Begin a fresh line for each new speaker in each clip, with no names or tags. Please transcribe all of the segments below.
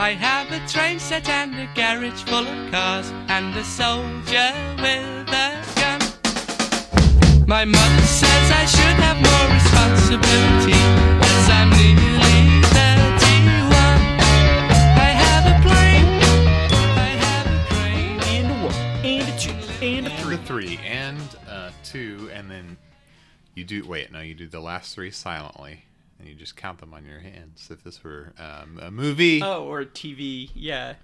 I have a train set and a garage full of cars and a soldier with a gun. My mother says I should have more responsibility as I'm nearly 31. I have a plane, I have a crane.
and a one, and a two, and a
and
three.
a three and uh, two, and then you do wait. No, you do the last three silently, and you just count them on your hands. If this were um, a movie,
Oh, or TV, yeah.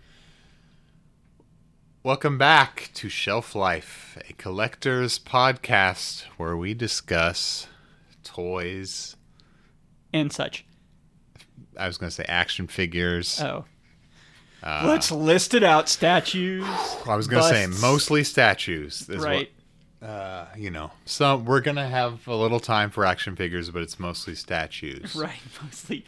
welcome back to Shelf Life, a collector's podcast where we discuss toys.
And such.
I was going to say action figures.
Oh. Let's list it out. Statues.
I was going to say
busts.
mostly statues. Is
right.
What, uh, you know, so we're going to have a little time for action figures, but it's mostly statues.
Right, mostly.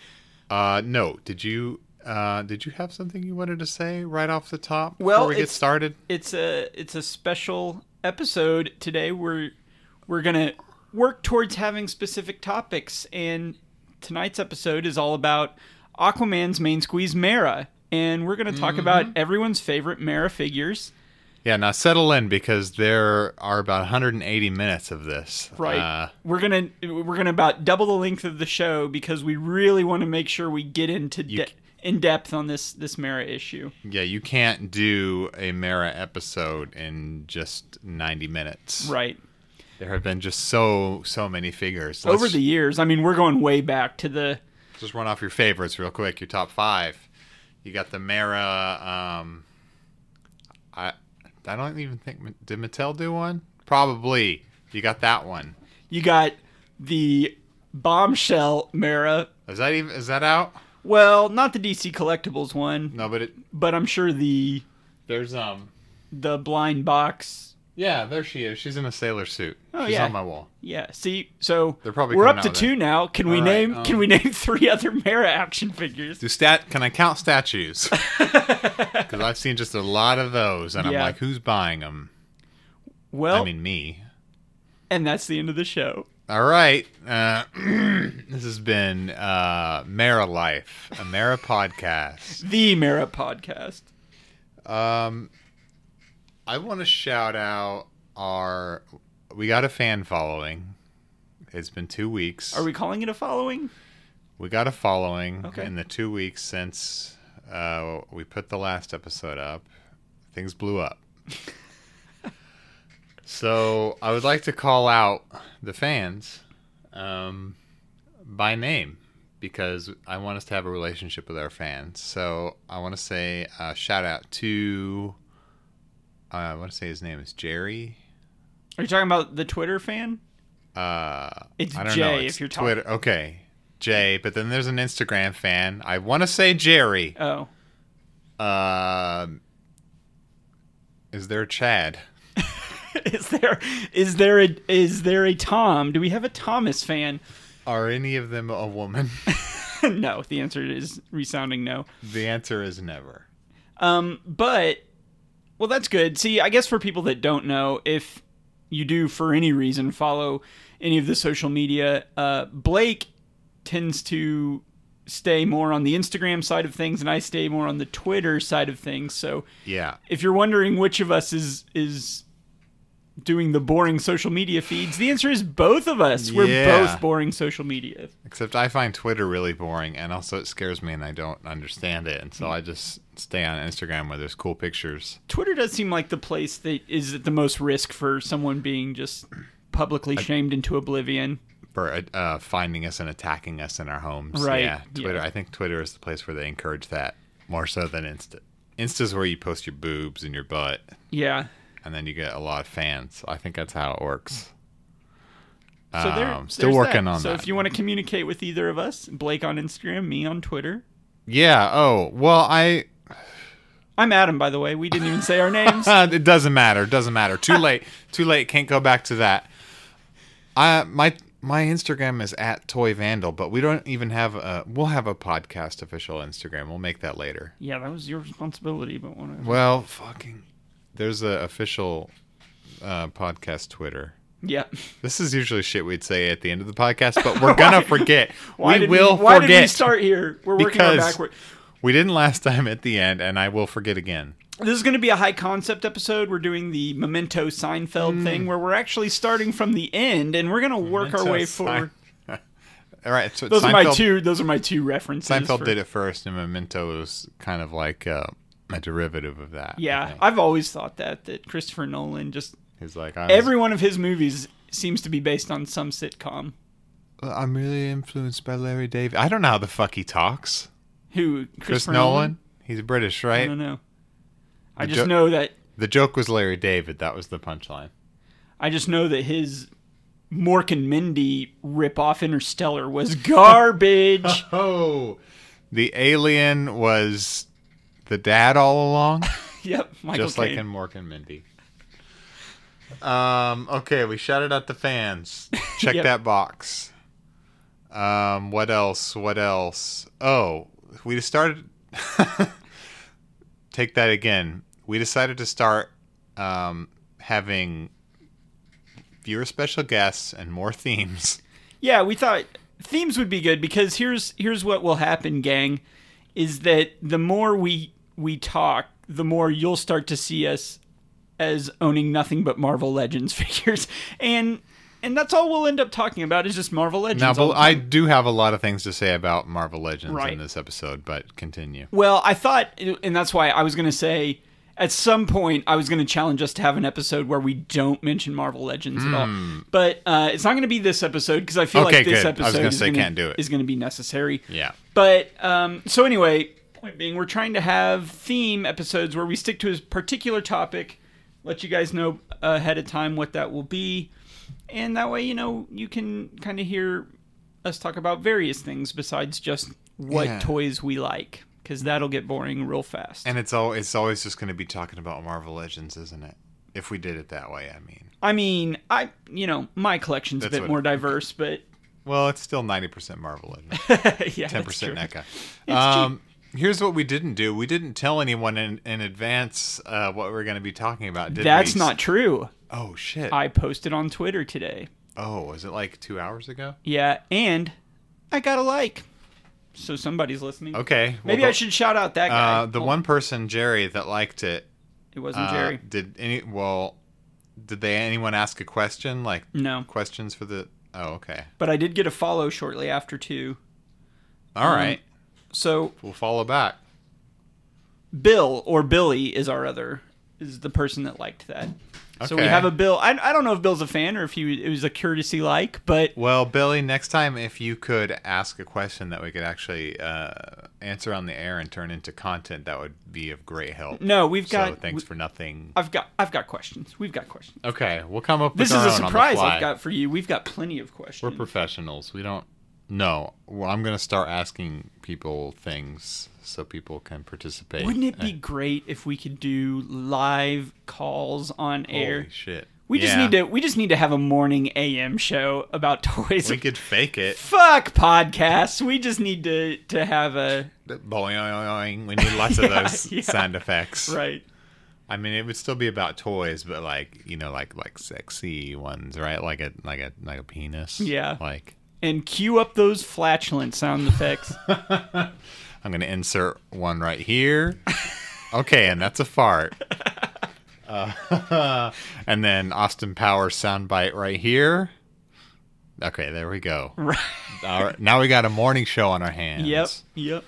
Uh, no. Did you uh, did you have something you wanted to say right off the top
Well,
before we get
it's-
started?
It's a it's a special episode today. We're we're gonna work towards having specific topics, and tonight's episode is all about Aquaman's main squeeze Mara, and we're gonna talk about everyone's favorite Mara figures.
Yeah. Now settle in because there are about 180 minutes of this. Uh,
we're gonna we're gonna about double the length of the show because we really want to make sure we get into de-
c-
in depth on this this Mara issue.
yeah. You can't do a Mara episode in just 90 minutes.
Right.
There have been just so so many figures.
Over
Let's
the years, I mean, we're going way back to the
just run off your favorites real quick. Your top five. You got the Mara. Um, I I don't even think did Mattel do one. Probably. You got that one.
you got the bombshell Mara.
Is that even is that out?
Well, not the DC Collectibles one,
No, but it
but I'm sure the
there's um
the blind box.
yeah, there she is. She's in a sailor suit.
Oh,
She's
yeah.
on my wall.
Yeah. See, so
They're probably
we're up
coming out
to
with
two
it.
now. Can we
All right,
name Can
um,
we name three other Mara action figures?
Do stat can I count statues? Cuz I've seen just a lot of those and
Yeah.
I'm like who's buying them?
Well,
I mean me.
and that's the end of the show.
All right. Uh, this has been uh Mara Life, a Mara podcast.
The Mara podcast.
Um I want to shout out our we got a fan following. It's been 2 weeks.
Are we calling it a following?
We got a following
Okay.
in the two weeks since uh, we put the last episode up. Things blew up. so I would like to call out the fans um, by name because I want us to have a relationship with our fans. So I want to say uh, shout out to. Uh, I want to say his name is Jerry.
Are you talking about the Twitter fan?
Uh,
It's
I don't
Jay
know.
if
It's
you're talking-
Twitter. Okay, Jay. But then there's an Instagram fan. I want to say Jerry.
Oh,
Um, is there a Chad?
is there is there a is there a Tom? Do we have a Thomas fan?
Are any of them a woman?
no, the answer is resounding no.
the answer is never.
Um, but well, that's good. See, I guess for people that don't know, if you do for any reason follow any of the social media, uh, Blake tends to stay more on the Instagram side of things, and I stay more on the Twitter side of things. So
Yeah.
if you're wondering which of us is is doing the boring social media feeds, the answer is both of us. We're
Yeah.
both boring social media.
Except I find Twitter really boring, and also it scares me, and I don't understand it, and so I just stay on Instagram where there's cool pictures.
Twitter does seem like the place that is at the most risk for someone being just publicly shamed into oblivion.
For uh, finding us and attacking us in our homes,
Right,
Yeah, Twitter.
yeah.
I think Twitter is the place where they encourage that more so than Insta. Insta's where you post your boobs and your butt,
Yeah.
and then you get a lot of fans. I think that's how it works.
So there,
Um, still
there's
working
that.
on
so
that.
if you want to communicate with either of us, Blake on Instagram, me on Twitter.
Yeah. Oh well, I.
I'm Adam, by the way. We didn't even say our names.
Uh, it doesn't matter. It Doesn't matter. Too late. Too late. Can't go back to that. I my my Instagram is at Toy Vandal, but we don't even have a. We'll have a podcast official Instagram. We'll make that later.
yeah, that was your responsibility, but whatever.
Well, fucking. There's a official uh, podcast Twitter.
Yeah.
This is usually shit we'd say at the end of the podcast, but we're gonna forget.
Why
we
did
will
why
forget.
did we start here? We're working our
Because-
backward.
We didn't last time at the end, and I will forget again.
This is going to be a high concept episode. We're doing the Memento
Mm.
Seinfeld thing where we're actually starting from the end and we're going to work our way forward.
All right, so
Those
Seinfeld,
are my two those are my two references.
Seinfeld
for-
did it first, and Memento was kind of like uh, a derivative of that. I
Yeah,
think.
I've always thought that that Christopher Nolan just
he's like I'm,
every one of his movies seems to be based on some sitcom.
I'm really influenced by Larry David. I don't know how the fuck he talks.
Who Christopher
Chris Nolan.
Nolan?
He's British,
I
right?
don't know. I
The
just
jo-
know that
The joke was Larry David. That was the punchline.
I just know that his Mork and Mindy ripoff Interstellar was garbage.
Oh, the alien was the dad all along,
yep, Michael
just like
Caine.
in Mork and Mindy. Um. Okay, we shouted out the fans. Check
Yep.
that box. Um. What else? What else? Oh, we just started. Take that again. We decided to start um, having fewer special guests and more themes.
Yeah, we thought themes would be good because here's here's what will happen, gang, is that the more we we talk, the more you'll start to see us as owning nothing but Marvel Legends figures, and and that's all we'll end up talking about is just Marvel Legends.
Now,
all
but
the time.
I do have a lot of things to say about Marvel Legends
Right.
in this episode, but continue.
Well, I thought, and that's why I was going to say at some point I was going to challenge us to have an episode where we don't mention Marvel Legends at all. But uh, it's not going to be this episode because I feel
Hmm. Okay,
like this
good. I was
episode
gonna
is
say
gonna-
can't do it.
is going to be necessary.
Yeah.
But um, so anyway, point being, we're trying to have theme episodes where we stick to a particular topic, let you guys know ahead of time what that will be, and that way you know you can kind of hear us talk about various things besides just what
Yeah.
toys we like, because that'll get boring real fast.
And it's all it's always just going to be talking about Marvel Legends, isn't it? If we did it that way, I mean.
I mean, I you know my collection's a
That's
bit
what-
more diverse, but
Well, it's still 90% Marvel Legends,
yeah,
10% NECA.
cheap.
Um, here's what we didn't do. We didn't tell anyone in, in advance uh, what we're going to be talking about, did
That's
we?
not true.
Oh, shit.
I posted on Twitter today.
Oh, was it like two hours ago?
Yeah, and I got a like. So somebody's listening.
Okay. well,
Maybe
the-
I should shout out that guy.
Uh, the
Hold-
one person, Jerry, that liked it
It wasn't
Uh,
Jerry.
Did any? Well, did they anyone ask a question like
No,
questions for the? Oh, okay.
but I did get a follow shortly after too.
All
Um,
right.
So
we'll follow back.
Bill or Billy is our other is the person that liked that. So we
Okay.
have a Bill. I, I don't know if Bill's a fan or if he it was a courtesy like, but
Well, Billy, next time if you could ask a question that we could actually uh, answer on the air and turn into content, that would be of great help.
no, we've got.
so thanks for nothing.
I've got I've got questions. We've got questions.
Okay, we'll come up.
This
with
is a
our own on the
surprise
fly.
I've got for you. We've got plenty of
We're
questions.
professionals. We don't. No, well, I'm gonna start asking people things so people can participate.
Wouldn't it be great if we could do live calls on air?
Holy shit.
We just
Yeah.
need to we just need to have a morning AM show about toys.
We could fake it.
Fuck podcasts. We just need to to have a
boing, we need lots of those
Yeah, yeah.
sound effects.
right.
I mean, it would still be about toys, but like you know, like like sexy ones, right? Like a like a like a penis.
Yeah.
Like
And cue up those flatulent sound effects.
I'm gonna insert one right here. okay, and that's a fart. Uh, and then Austin Powers soundbite right here. Okay, there we go.
right.
All right, now we got a morning show on our hands.
Yep. Yep.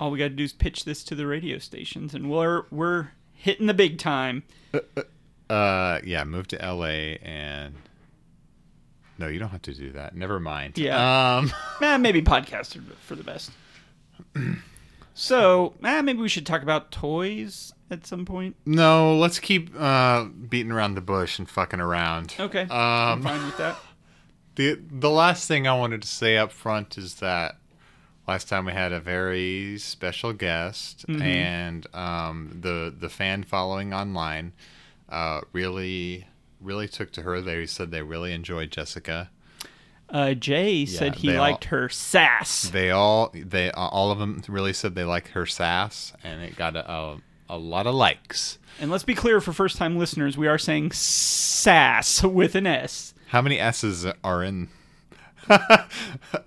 All we got to do is pitch this to the radio stations and we're we're hitting the big time.
Uh, yeah, move to LA and no, you don't have to do that. Never mind.
Yeah.
Um,
Eh, maybe podcasts are for the best. So, eh, maybe we should talk about toys at some point.
no, let's keep uh beating around the bush and fucking around.
Okay. I'm
Um,
fine with that.
the the last thing I wanted to say up front is that last time we had a very special guest and um the the fan following online uh really really took to her. They said they really enjoyed Jessica.
Uh, Jay said he
they all-
liked her sass.
They all they all of them really said they liked her sass, and it got a a, a lot of likes.
And let's be clear for first time listeners, we are saying sass with an S.
How many s's are in?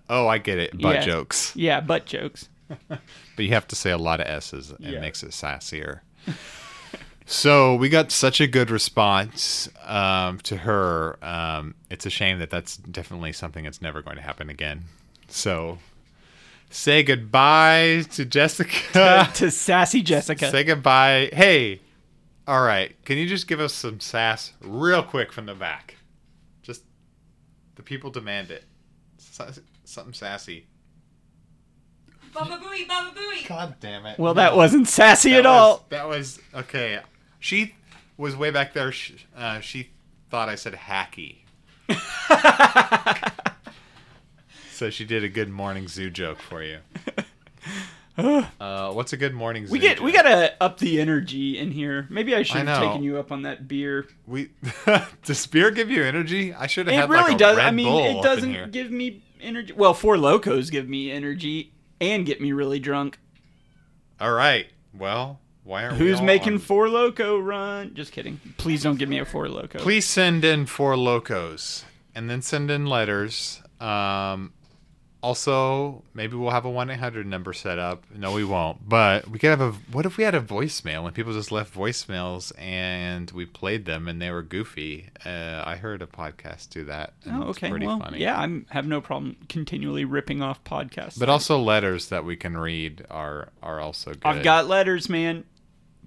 oh, I get it. Butt
Yeah.
jokes.
Yeah, butt jokes.
But you have to say a lot of S's. It
Yeah.
makes it sassier. so we got such a good response um, to her. Um, it's a shame that that's definitely something that's never going to happen again. So say goodbye to Jessica.
to sassy Jessica.
say goodbye. Hey, all right. Can you just give us some sass real quick from the back? Just the people demand it. Sass- Something sassy.
Baba Booey, Baba Booey.
God damn it.
well, that wasn't sassy
That
at all.
was- that was okay. She was way back there. She, uh, she thought I said hacky, so she did a good morning zoo joke for you. uh, what's a good morning zoo?
we get
joke?
we gotta up the energy in here. Maybe I should
I
have
know.
taken you up on that beer.
We does beer give you energy? I should have
it
had
really
like a
does.
Red
I mean,
Bull
it
up in here.
doesn't give me energy. Well, four locos give me energy and get me really drunk.
All right. Well, why aren't we
Who's
all
making
on-
four loco run? Just kidding. Please don't give me a four loco.
Please send in four locos and then send in letters. Um, also, maybe we'll have a 1 800 number set up. No, we won't. But we could have a. What if we had a voicemail and people just left voicemails and we played them and they were goofy? Uh, I heard a podcast do that. And
Oh,
it's
okay.
pretty
Well,
funny.
yeah, I have no problem continually ripping off podcasts.
But also, letters that we can read are, are also good.
I've got letters, man.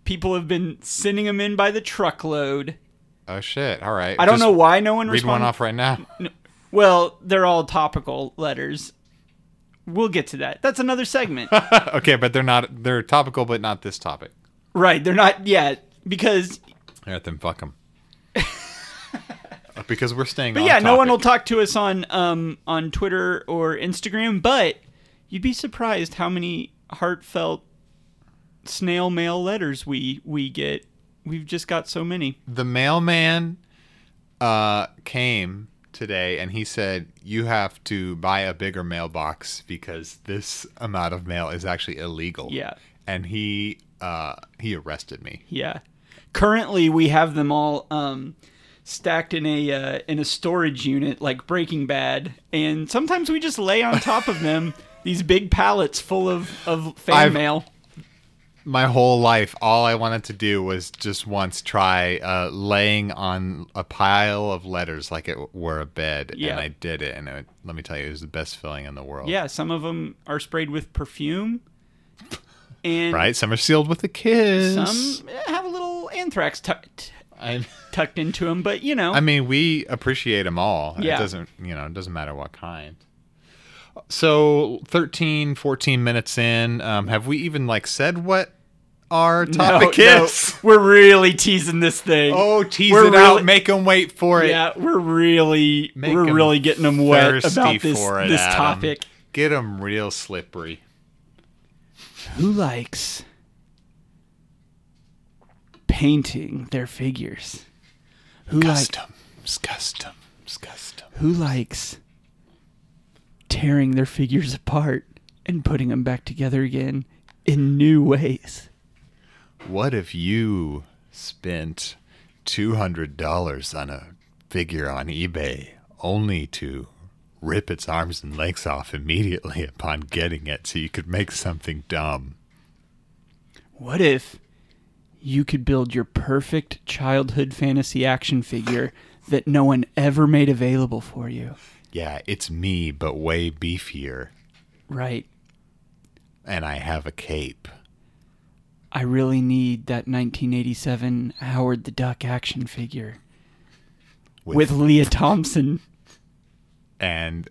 People have been sending them in by the truckload.
Oh, shit. All right.
I don't
Just
know why no one
Read one
responded.
off right now.
Well, they're all topical letters. We'll get to that. That's another segment.
okay, but they're not. They're topical, but not this topic.
right, they're not yet because
All right, then fuck them. because we're staying.
but
on
yeah, no one will
topic.
talk to us on um on Twitter or Instagram, but you'd be surprised how many heartfelt snail mail letters we we get. We've just got so many.
the mailman uh, came today, and he said you have to buy a bigger mailbox because this amount of mail is actually illegal.
Yeah.
and he uh, he arrested me.
Yeah. Currently, we have them all um, stacked in a uh, in a storage unit, like Breaking Bad, and sometimes we just lay on top of them these big pallets full of of fan
I've-
mail.
My whole life, all I wanted to do was just once try uh, laying on a pile of letters like it were a bed,
Yeah.
and I did it. And it, let me tell you, it was the best feeling in the world.
Yeah, some of them are sprayed with perfume, and
Right? Some are sealed with a kiss.
some eh, have a little anthrax tucked
I,
tucked into them. But you know,
I mean, we appreciate them all.
Yeah.
It doesn't, you know, it doesn't matter what kind. So 13, 14 minutes in, um, have we even like said what our
No,
topic
no,
is?
we're really teasing this thing.
Oh, tease
We're
it out.
really-
Make them wait for it.
yeah, we're really
Make
we're
'em
really getting them wet
thirsty
about this
for it,
this
Adam.
topic.
Get them real slippery.
who likes painting their figures? Who likes
Customs, customs, customs.
who likes tearing their figures apart and putting them back together again in new ways?
What if you spent $200 on a figure on eBay only to rip its arms and legs off immediately upon getting it so you could make something dumb?
What if you could build your perfect childhood fantasy action figure that no one ever made available for you?
Yeah, it's me, but way beefier,
Right.
and I have a cape.
I really need that 1987 Howard the Duck action figure with Leah Thompson
and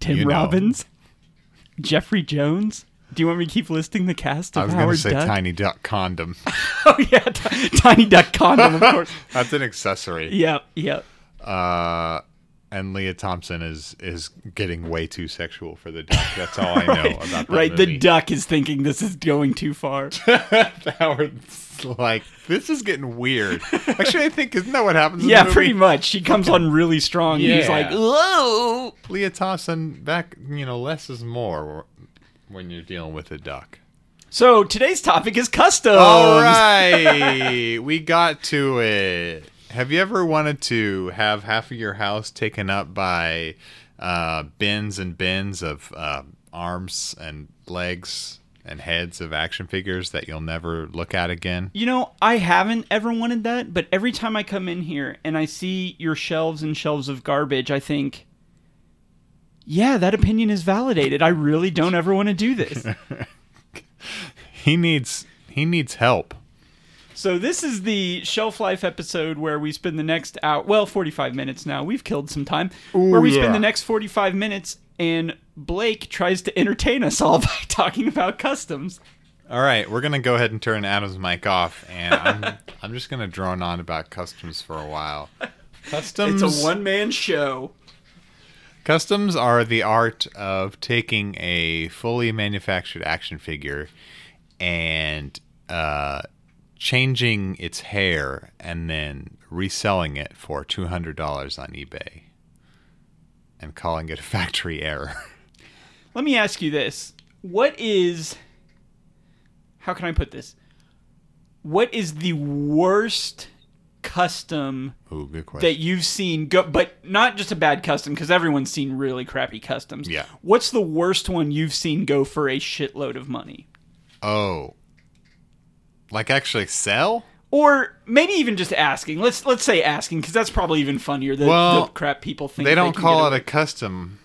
Tim
You know.
Robbins, Jeffrey Jones. Do you want me to keep listing the cast
I
of
was going to
Howard
say
Duck?
tiny duck condom.
Oh yeah, t- Tiny Duck Condom, of course.
That's an accessory.
yep, yep.
Uh, and Leah Thompson is is getting way too sexual for the duck. That's all I know Oh, about that
right,
movie.
the duck is thinking this is going too far.
Howard's like, this is getting weird. Actually, I think isn't that what happens? in the
yeah,
movie?
pretty much. She comes on really strong. and He's
Yeah.
like, whoa.
Leah Thompson back, you know, less is more when you're dealing with a duck.
So today's topic is customs.
All right, we got to it. Have you ever wanted to have half of your house taken up by uh, bins and bins of uh, arms and legs and heads of action figures that you'll never look at again.
You know, I haven't ever wanted that, but every time I come in here and I see your shelves and shelves of garbage, I think, yeah, that opinion is validated. I really don't ever want to do this.
He needs he needs help.
so, this is the shelf life episode where we spend the next hour, well, 45 minutes now. We've killed some time. where we
yeah.
spend the next 45 minutes and Blake tries to entertain us all by talking about customs.
All right, we're gonna go ahead and turn Adam's mic off, and I'm I'm just gonna drone on about customs for a while. Customs.
It's a one man show.
Customs are the art of taking a fully manufactured action figure and uh, changing its hair and then reselling it for $200 on eBay and calling it a factory error.
Let me ask you this. What is how can I put this? What is the worst custom
Ooh, good question.
that you've seen go but not just a bad custom because everyone's seen really crappy customs.
Yeah.
What's the worst one you've seen go for a shitload of money?
oh. Like actually sell?
Or maybe even just asking. Let's let's say asking because that's probably even funnier than
Well,
the crap people think.
they don't
can
call
get
it a custom.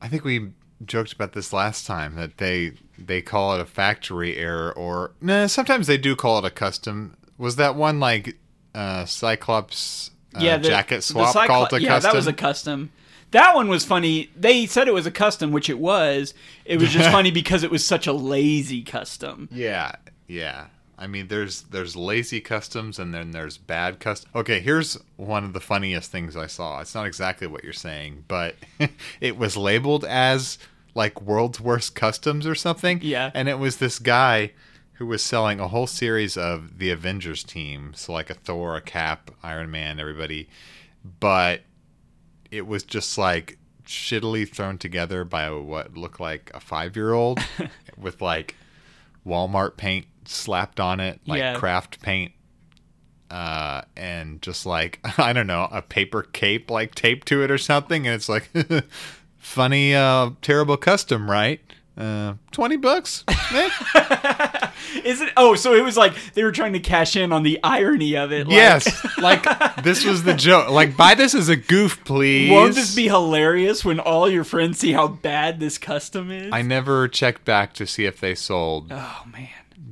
I think we joked about this last time that they they call it a factory error or no. sometimes they do call it a custom. Was that one like uh, Cyclops uh,
the-
jacket
the
swap
cyclo-
called a
yeah,
custom?
that was a custom. That one was funny. They said it was a custom, which it was. It was just funny because it was such a lazy custom.
yeah, yeah. I mean, there's there's lazy customs and then there's bad custom. Okay, here's one of the funniest things I saw. It's not exactly what you're saying, but it was labeled as like world's worst customs or something.
Yeah.
and it was this guy who was selling a whole series of the Avengers team, so like a Thor, a Cap, Iron Man, everybody, but it was just like shittily thrown together by what looked like a five-year-old with like Walmart paint slapped on it, like
Yeah.
craft paint. Uh, and just like I don't know, a paper cape like taped to it or something, and it's like funny, uh, terrible custom, right? Uh, twenty bucks. Eh?
Is it? Oh, so it was like they were trying to cash in on the irony of it. like,
yes, like this was the joke. Like buy this as a goof, please.
Won't this be hilarious when all your friends see how bad this custom is?
I never checked back to see if they sold,
oh man.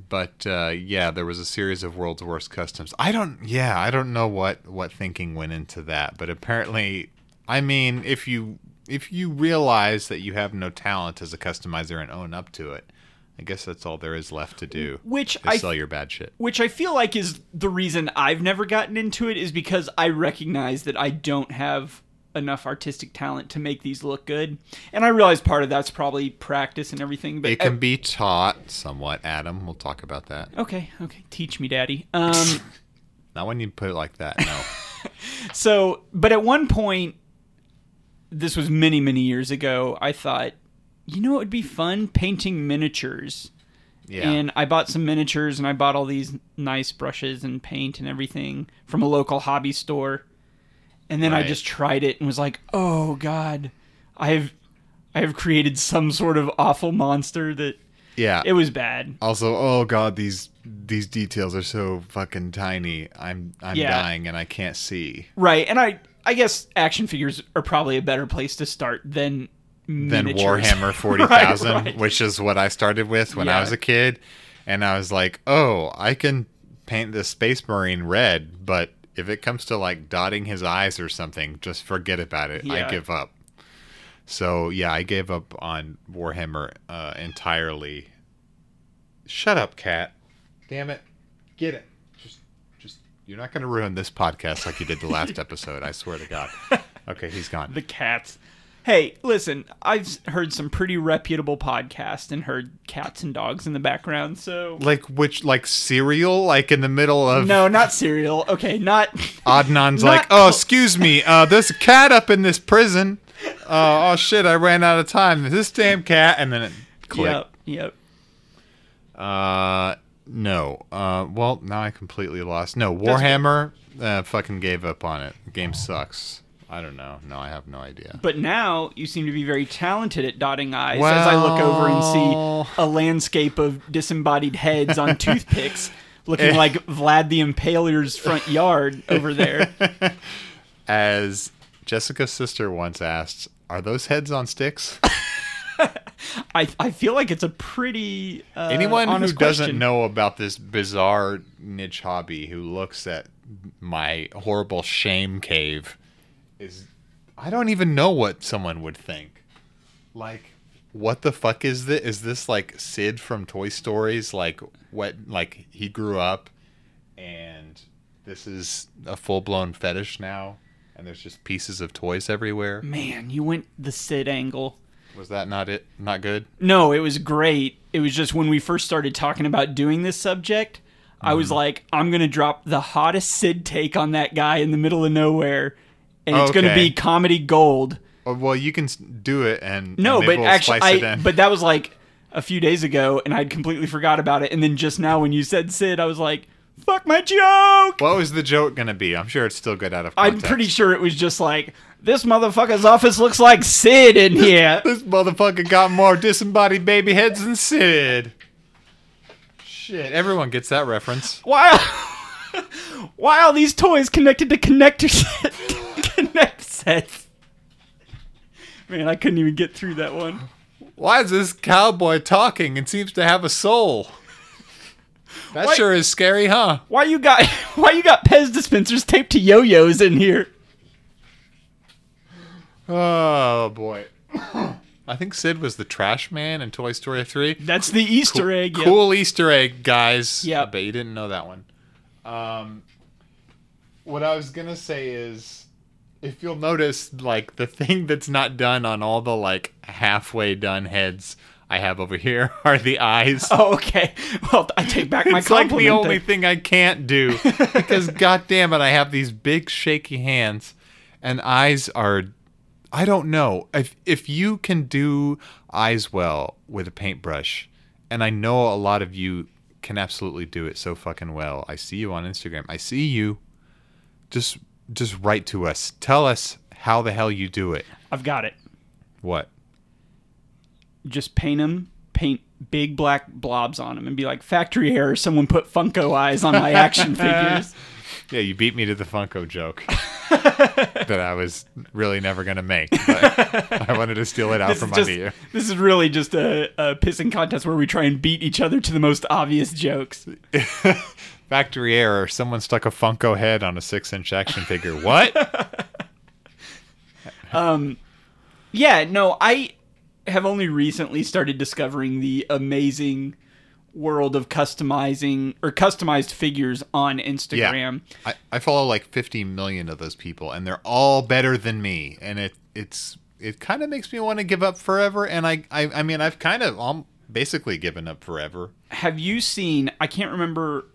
but uh, yeah, there was a series of world's worst customs. I don't, yeah, I don't know what what thinking went into that, but apparently, I mean, if you if you realize that you have no talent as a customizer and own up to it, I guess that's all there is left to do.
Which
is
I
sell your bad shit.
which I feel like is the reason I've never gotten into it is because I recognize that I don't have enough artistic talent to make these look good. And I realize part of that's probably practice and everything, but e-
It can be taught somewhat, Adam. We'll talk about that.
Okay, okay, teach me, daddy. Um
Not when you put it like that. No.
so, but at one point this was many, many years ago, I thought, you know, it would be fun painting miniatures.
Yeah.
And I bought some miniatures and I bought all these nice brushes and paint and everything from a local hobby store. And then I
Right.
just tried it and was like, "Oh god, I have I have created some sort of awful monster that
yeah.
it was bad."
also, oh god, these these details are so fucking tiny. I'm I'm
Yeah.
dying and I can't see.
Right. And I I guess action figures are probably a better place to start than
Then
miniatures.
Warhammer 40,000,
Right, right.
which is what I started with when
Yeah.
I was a kid, and I was like, "Oh, I can paint this space marine red, but if it comes to like dotting his eyes or something, just forget about it.
Yeah.
I give up." So, yeah, I gave up on Warhammer uh, entirely. Shut up, cat. Damn it. Get it. Just just you're not going to ruin this podcast like you did the last episode, I swear to god. Okay, he's gone.
the cats. Hey, listen, I've s- heard some pretty reputable podcasts and heard cats and dogs in the background, so
like which like cereal like in the middle of
No, not cereal. Okay, not
Adnan's
Not-
like, oh, excuse me, uh, there's a cat up in this prison. Uh, oh shit, I ran out of time. This damn cat, and then it clicked.
Yep, yep.
Uh, no. Uh, well, now I completely lost. No, Warhammer, uh, fucking gave up on it. The game sucks. I don't know. No, I have no idea.
But now you seem to be very talented at dotting eyes as I look over and
Well-
see a landscape of disembodied heads on toothpicks looking like Vlad the Impaler's front yard over there.
As Jessica's sister once asked, "Are those heads on sticks?"
I, I feel like it's a pretty uh,
Anyone who
honest
doesn't
question.
know about this bizarre niche hobby who looks at my horrible shame cave is I don't even know what someone would think. Like what the fuck is this? Is this like Sid from Toy Stories like what like he grew up and this is a full-blown fetish now and there's just pieces of toys everywhere?
Man, you went the Sid angle.
Was that not it? Not good?
No, it was great. It was just when we first started talking about doing this subject, I was
Mm-hmm.
like, I'm going to drop the hottest Sid take on that guy in the middle of nowhere, and it's going to
Okay.
be comedy gold.
Oh, Well, you can s- do it and
No,
and maybe
but
we'll
actually,
slice it
I,
in.
but that was like a few days ago, and I'd completely forgot about it. And then just now, when you said Sid, I was like, fuck my joke.
What was the joke going to be? I'm sure it's still good out of
I'm
context.
pretty sure it was just like, this motherfucker's office looks like Sid in here.
This motherfucker got more disembodied baby heads than Sid. Shit, everyone gets that reference.
Why? why are these toys connected to connector set? connect sets. Man, I couldn't even get through that one.
Why is this cowboy talking and seems to have a soul? That
Wait.
sure is scary, huh?
Why you got? Why you got Pez dispensers taped to yo-yos in here?
Oh boy. I think Sid was the trash man in Toy Story 3.
That's the Easter egg. yeah.
Cool Easter egg, guys.
Yep.
I bet you didn't know that one. Um, what I was gonna say is, if you'll notice, like the thing that's not done on all the like halfway done heads I have over here are the eyes.
Oh, okay. Well, I take back my
it's like
compliment.
the only
then.
thing I can't do because, goddamn it, I have these big shaky hands, and eyes are. I don't know if if you can do eyes well with a paintbrush, and I know a lot of you can absolutely do it so fucking well. I see you on Instagram. I see you. Just just write to us. Tell us how the hell you do it.
I've got it.
What?
Just paint them. Paint big black blobs on them and be like factory hair. Someone put Funko eyes on my action figures.
Yeah, you beat me to the Funko joke that I was really never gonna make. But I wanted to steal it out
This
from
is, just,
under you.
this is really just a, a pissing contest where we try and beat each other to the most obvious jokes.
Factory error. Someone stuck a Funko head on a six-inch action figure. What?
Yeah, no, I have only recently started discovering the amazing world of customizing or customized figures on Instagram.
I, I follow like 50 million of those people, and they're all better than me. And it it's it kind of makes me want to give up forever. And I I, I mean I've kind of um basically given up forever.
Have you seen? I can't remember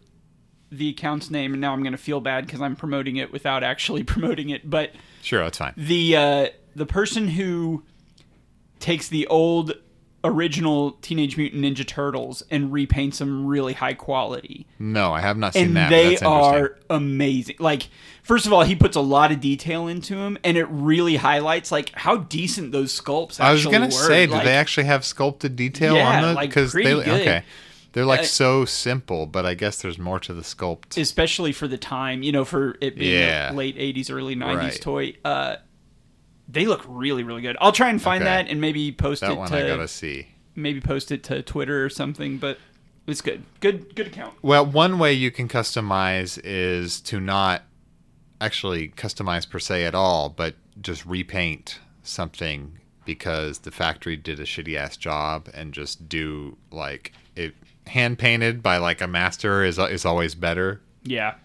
the account's name, and now I'm going to feel bad because I'm promoting it without actually promoting it, but.
Sure, that's fine.
the uh, the person who takes the old original Teenage Mutant Ninja Turtles and repaints them really high quality,
No, I have not seen
and
that. but
they
that's interesting.
are amazing. Like, first of all, he puts a lot of detail into them, and it really highlights like how decent those sculpts. Actually
I was gonna
were.
say, do
Like,
they actually have sculpted detail
Yeah,
on the?
like,
Because
pretty
they
good.
okay, they're like
Uh,
so simple, but I guess there's more to the sculpt.
especially for the time, you know, for it being
Yeah.
a late '80s, early '90s
Right.
toy. Uh, they look really, really good. I'll try and find
Okay.
that and maybe post
that
it
one
to
I gotta see.
maybe post it to Twitter or something, but it's good. Good good account.
Well, one way you can customize is to not actually customize per se at all, but just repaint something because the factory did a shitty ass job and just do like it hand painted by like a master is is always better
Yeah.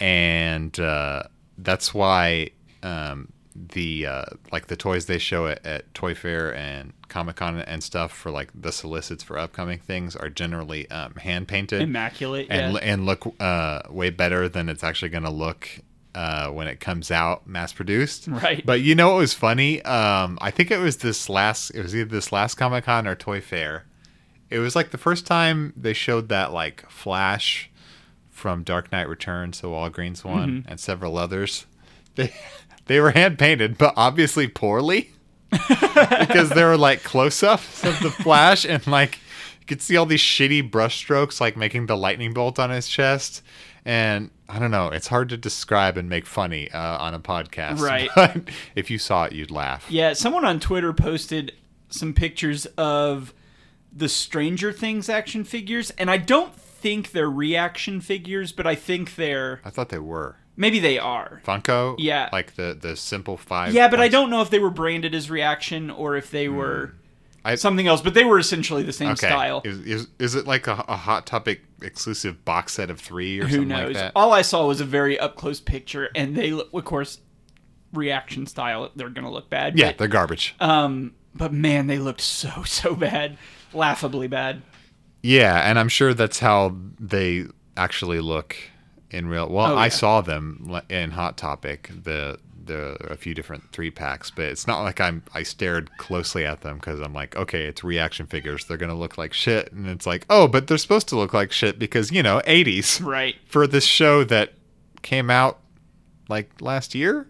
and uh, that's why um, the uh, like the toys they show at, at Toy Fair and Comic Con and stuff for like the solicits for upcoming things are generally um, hand painted
Immaculate.
and
yeah.
and look uh, way better than it's actually going to look uh, when it comes out mass produced.
Right.
But you know what was funny? Um, I think it was this last. It was either this last Comic Con or Toy Fair. It was like the first time they showed that like Flash
Mm-hmm.
from Dark Knight Returns, the Walgreens one, and several others. They, They were hand painted, but obviously poorly because there were like close ups of the Flash and like you could see all these shitty brush strokes like making the lightning bolt on his chest. And I don't know, it's hard to describe and make funny uh, on a podcast.
Right.
But if you saw it, you'd laugh.
Yeah, someone on Twitter posted some pictures of the Stranger Things action figures, and I don't think they're reaction figures, but I think they're
I thought they were.
maybe they are.
Funko?
Yeah.
Like the, the simple five.
Yeah, but I
ones.
don't know if they were branded as reaction or if they were
Hmm. I-
something else. But they were essentially the same style.
Is, is, is it like a, a Hot Topic exclusive box set of three or
Who
something
knows?
like that?
All I saw was a very up close picture, and they, look- of course, reaction style. They're gonna look bad.
yeah,
but-
they're garbage.
Um, but man, they looked so so bad, laughably bad.
yeah, and I'm sure that's how they actually look in real. Well,
Oh,
I
yeah.
saw them li- in Hot Topic the the a few different three packs, but it's not like I'm I stared closely at them because I'm like, okay, it's reaction figures. They're gonna look like shit, and it's like, oh, but they're supposed to look like shit because you know 80s
Right.
for this show that came out like last year.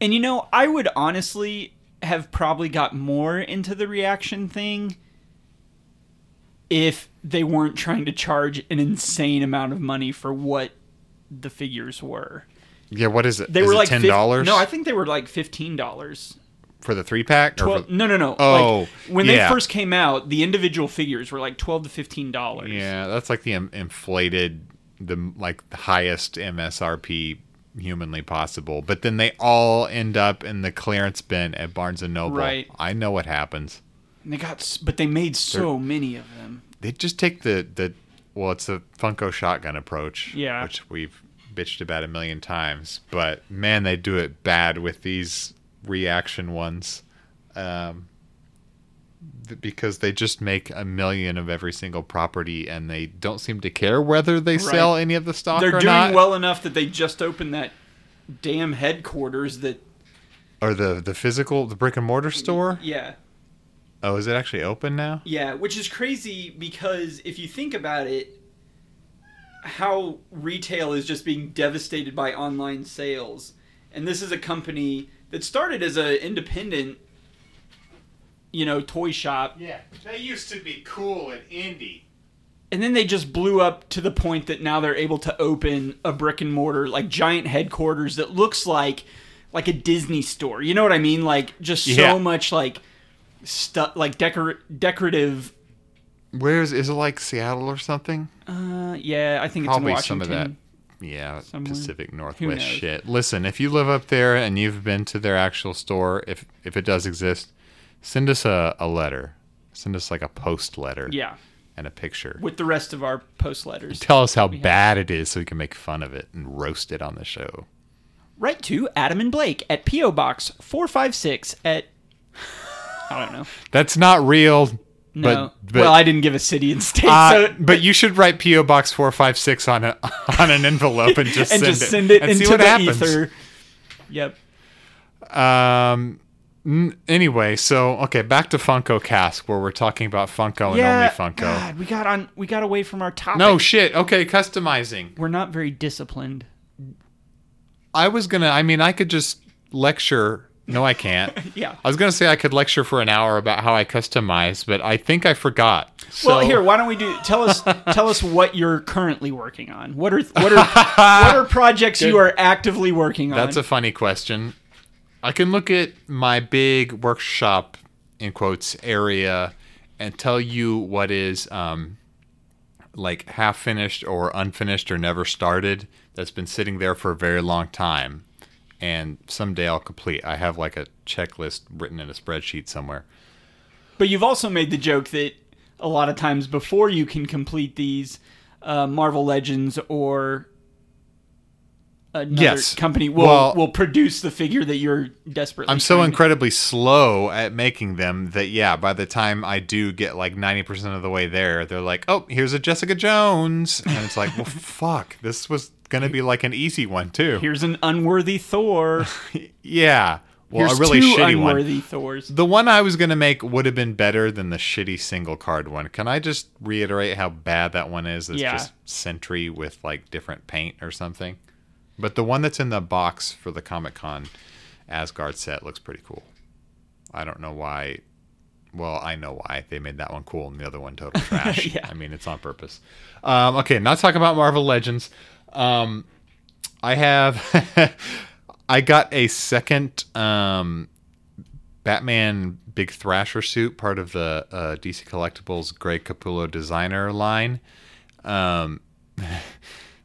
And you know, I would honestly have probably got more into the reaction thing if they weren't trying to charge an insane amount of money for what the figures were.
Yeah, what is it?
They
Is
were
it
like
ten
fif-
dollars.
No, I think they were like fifteen dollars.
for the three pack.
Well, no, no, no.
Oh,
like, when
yeah.
they first came out, the individual figures were like twelve to fifteen dollars.
yeah, that's like the Im- inflated, the m- like the highest MSRP humanly possible. But then they all end up in the clearance bin at Barnes and Noble.
Right.
I know what happens.
And they got, s- but they made so many of them.
They just take the the well, it's a Funko shotgun approach.
Yeah.
which we've bitched about a million times. But man, they do it bad with these reaction ones. Um, th- because they just make a million of every single property and they don't seem to care whether they sell any of the stock
They're
or
doing
not
well enough that they just opened that damn headquarters. That
or the the physical the brick and mortar store
yeah.
oh is it actually open now
Yeah, which is crazy because if you think about it, how retail is just being devastated by online sales, and this is a company that started as an independent, you know, toy shop,
yeah they used to be cool and indie
and then they just blew up to the point that now they're able to open a brick and mortar like giant headquarters that looks like like a Disney store. You know what I mean? Like just so
Yeah.
much like stuff like decor- decorative
where is is it like seattle or something
Uh, yeah, I think
probably
it's in
some of
Washington.
that yeah
Somewhere.
pacific
Who
northwest
knows?
shit listen if you live up there and you've been to their actual store if if it does exist send us a, a letter send us like a post letter
Yeah,
and a picture
with the rest of our post letters.
tell us how bad it is so we can make fun of it and roast it on the show
Write to Adam and Blake at P.O. Box 456 at. I don't know.
that's not real
No.
but, but
well, I didn't give a city and state,
Uh,
so.
but you should write PO Box four five six on a on an envelope and just
and
send
just
it
send it
and
into
see what
the
happens.
ether. Yep.
Um. n- Anyway, so okay, back to Funko Cask, where we're talking about Funko
yeah.
and only Funko.
God, we got on. We got away from our topic.
No shit. Okay, customizing.
we're not very disciplined.
I was gonna. I mean, I could just lecture. No, I can't.
Yeah.
I was gonna say I could lecture for an hour about how I customize, but I think I forgot. So,
well, here, why don't we do? Tell us, tell us what you're currently working on. What are what are what are projects you are actively working on?
That's a funny question. I can look at my big workshop in quotes area and tell you what is um, like half finished or unfinished or never started that's been sitting there for a very long time. And someday I'll complete. I have like a checklist written in a spreadsheet somewhere.
But you've also made the joke that a lot of times before you can complete these, uh, Marvel Legends or another
Yes.
company will
Well-
will produce the figure that you're desperately.
I'm so
trying to-
incredibly slow at making them that yeah, by the time I do get like 90% of the way there, they're like, "Oh, here's a Jessica Jones." And it's like, "Well, fuck. This was going to be like an easy one, too."
Here's an unworthy Thor.
yeah. Well,
Here's
a really
two
shitty one.
unworthy Thors.
The one I was going to make would have been better than the shitty single card one. Can I just reiterate how bad that one is? It's
Yeah.
just Sentry with like different paint or something. But the one that's in the box for the Comic Con Asgard set looks pretty cool. I don't know why. Well, I know why they made that one cool and the other one total trash.
Yeah.
I mean, it's on purpose. Um, okay, not talking about Marvel Legends. Um, I have. I got a second um, Batman Big Thrasher suit, part of the uh, DC Collectibles Greg Capullo designer line. Um,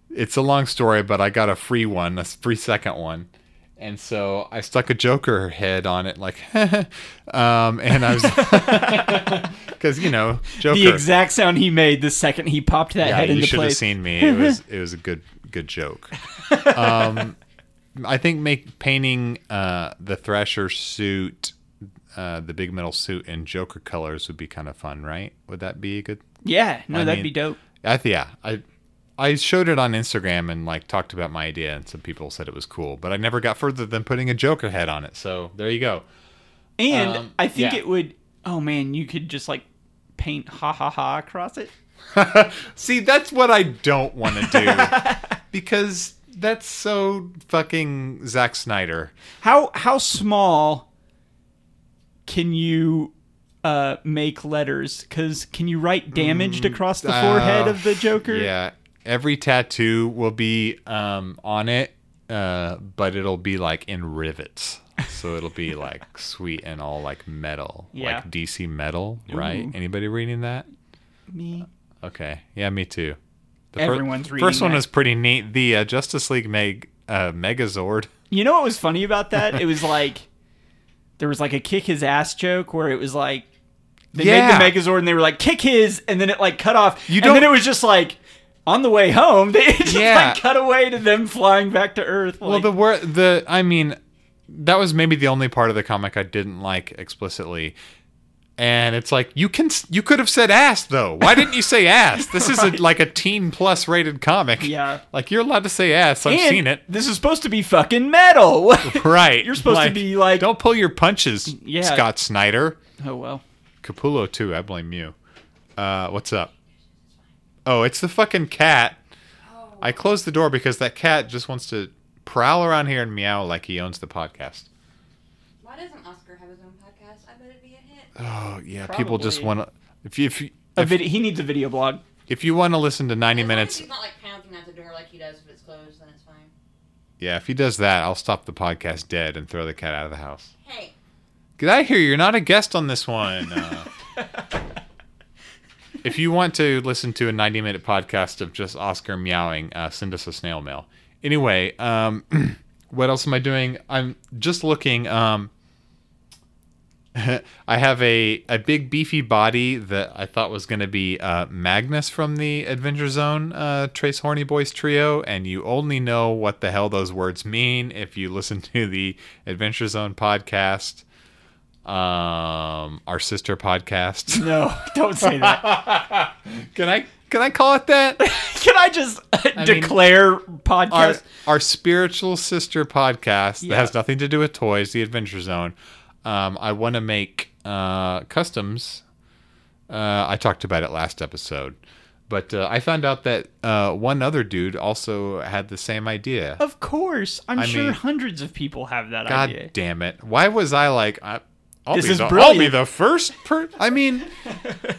it's a long story, but I got a free one, a free second one. And so I stuck a Joker head on it, like, um, and I was, because you know, Joker.
The exact sound he made the second he popped that
yeah,
head
you
into
should have
place.
seen me. It was it was a good good joke. Um, I think make painting uh, the Thrasher suit, uh, the big metal suit, in Joker colors would be kind of fun, right? Would that be a good
yeah, no,
I
that'd
mean,
be dope.
I th- yeah, I I showed it on Instagram and like talked about my idea, and some people said it was cool, but I never got further than putting a Joker head on it. So there you go.
And
um,
I think
yeah.
it would. Oh man, you could just like paint ha ha ha across it.
See, that's what I don't want to do because that's so fucking Zack Snyder.
How how small can you uh, make letters? Because can you write damaged across the forehead
Mm, uh,
of the Joker?
Yeah, every tattoo will be um, on it, uh, but it'll be like in rivets. So it'll be like sweet and all like metal,
Yeah.
like DC metal, right? Anybody reading that?
Me.
Okay. Yeah, me too. The
Everyone's reading
First one
that.
was pretty neat. The uh, Justice League Meg uh, Megazord.
You know what was funny about that? It was like there was like a kick his ass joke where it was like they
Yeah.
made the Megazord and they were like kick his, and then it like cut off.
You
and then
don't-
it was just like on the way home they it just
Yeah.
like cut away to them flying back to Earth.
Well,
like-
the wor- the I mean, that was maybe the only part of the comic I didn't like explicitly. And it's like you can s- you could have said ass though. Why didn't you say ass? This is a, like a teen plus rated comic.
Yeah.
like you're allowed to say ass. I've
And
seen it.
This is supposed to be fucking metal.
Right.
You're supposed to be like-
don't pull your punches,
Yeah.
Scott Snyder.
oh well.
Capullo too. I blame you. Uh, what's up? Oh, it's the fucking cat.
Oh,
I closed the door because that cat just wants to prowl around here and meow like he owns the podcast.
Why doesn't Oscar have his own podcast? I bet it'd be a hit.
Oh yeah, people just
Probably.
want to. If you if you,
A vid- he needs a video blog.
if you want to listen to ninety
As long as
minutes,
He's not like pounding at the door like he does if it's closed, then it's fine.
yeah, if he does that, I'll stop the podcast dead and throw the cat out of the house.
Hey,
Get out of here! You're not a guest on this one. Uh, if you want to listen to a ninety-minute podcast of just Oscar meowing, uh, send us a snail mail. Anyway, um, what else am I doing? I'm just looking. Um, I have a, a big beefy body that I thought was going to be uh, Magnus from the Adventure Zone uh, Trace Horny Boys trio, and you only know what the hell those words mean if you listen to the Adventure Zone podcast, um, our sister podcast.
No, don't say that.
can I can I call it that?
Can I just
mean,
declare podcast?
our our spiritual sister podcast
Yeah.
that has nothing to do with toys, the Adventure Zone. Um, I want to make uh, customs. Uh, I talked about it last episode, but uh, I found out that uh, one other dude also had the same idea.
Of course, I'm
I
sure
mean-
hundreds of people have that
God
idea.
damn it! Why was I like? I, I'll
This
be
is
the, I'll
brilliant.
be the first. Per- I mean,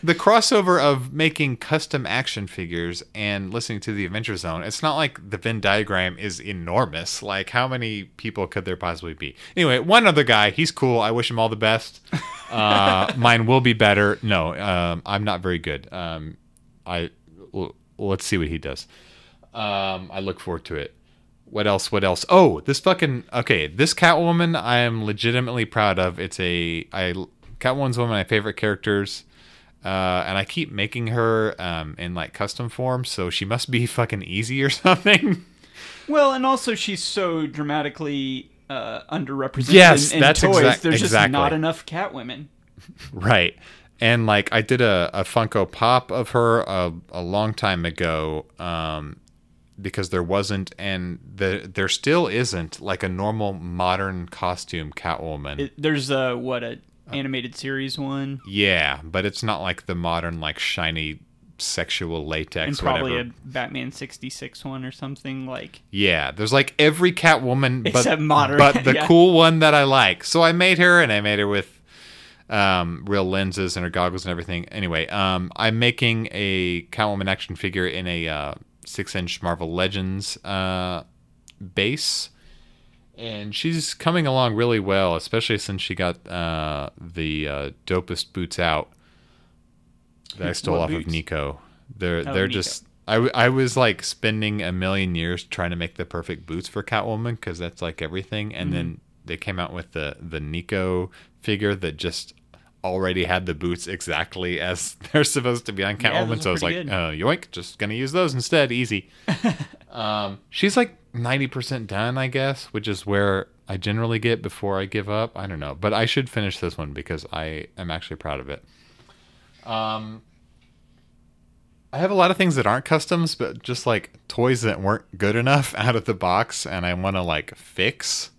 the crossover of making custom action figures and listening to the Adventure Zone. It's not like the Venn diagram is enormous. Like, how many people could there possibly be? Anyway, one other guy. He's cool. I wish him all the best. Uh, mine will be better. No, um, I'm not very good. Um, I l- let's see what he does. Um, I look forward to it. What else? What else? Oh, this fucking okay. This Catwoman, I am legitimately proud of. It's a I Catwoman's one of my favorite characters, uh, and I keep making her um, in like custom form, so she must be fucking easy or something.
Well, and also she's so dramatically uh, underrepresented
Yes,
in, in
that's
toys.
exact-
There's just
exactly.
not enough Catwomen.
Right. And like I did a, a Funko Pop of her a, a long time ago um, because there wasn't and the, there still isn't like a normal modern costume Catwoman.
It, there's a
Uh,
what a animated series one.
yeah, but it's not like the modern like shiny sexual
and
latex,
probably
whatever.
a Batman '66 one or something like.
Yeah, there's like every Catwoman, but
Except moderate,
but the
yeah.
cool one that I like. So I made her, and I made her with um, real lenses and her goggles and everything. Anyway, um, I'm making a Catwoman action figure in a uh, six-inch Marvel Legends uh, base, and she's coming along really well, especially since she got uh, the uh, dopest boots out that I stole
What
off
boots?
of Nico. They're
Oh,
they're
Nico.
just I, w- I was like spending a million years trying to make the perfect boots for Catwoman because that's like everything, and then
Mm-hmm.
they came out with the the Nico figure that just already had the boots exactly as they're supposed to be on
Yeah, those
Catwoman.
are
so I was like,
pretty good.
uh, yoink, just gonna use those instead, easy. um, she's like ninety percent done, I guess, which is where I generally get before I give up. I don't know, but I should finish this one because I am actually proud of it. Um, I have a lot of things that aren't customs, but just like toys that weren't good enough out of the box, and I want to like fix.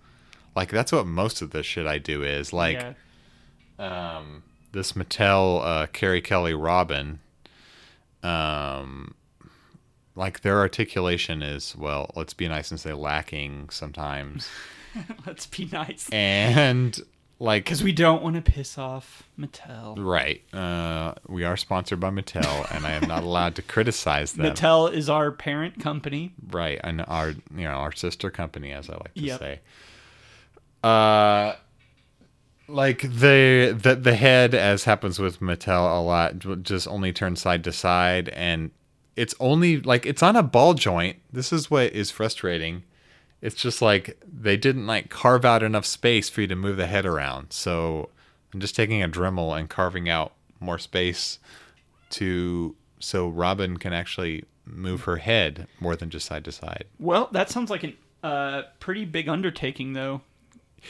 Like that's what most of the shit I do is like
yeah.
um, this Mattel uh, Carrie Kelly Robin. Um, like their articulation is well, let's be nice and say lacking sometimes,
let's be nice
and like
because we don't want to piss off Mattel.
right, uh, we are sponsored by Mattel, and I am not allowed to criticize them.
Mattel is our parent company.
right and our you know our sister company as i like to
Yep.
say uh like the, the the head as happens with mattel a lot j- just only turns side to side and it's only like it's on a ball joint this is what is frustrating it's just like they didn't like carve out enough space for you to move the head around so i'm just taking a dremel and carving out more space to so Robin can actually move her head more than just side to side.
Well, that sounds like a uh, pretty big undertaking, though.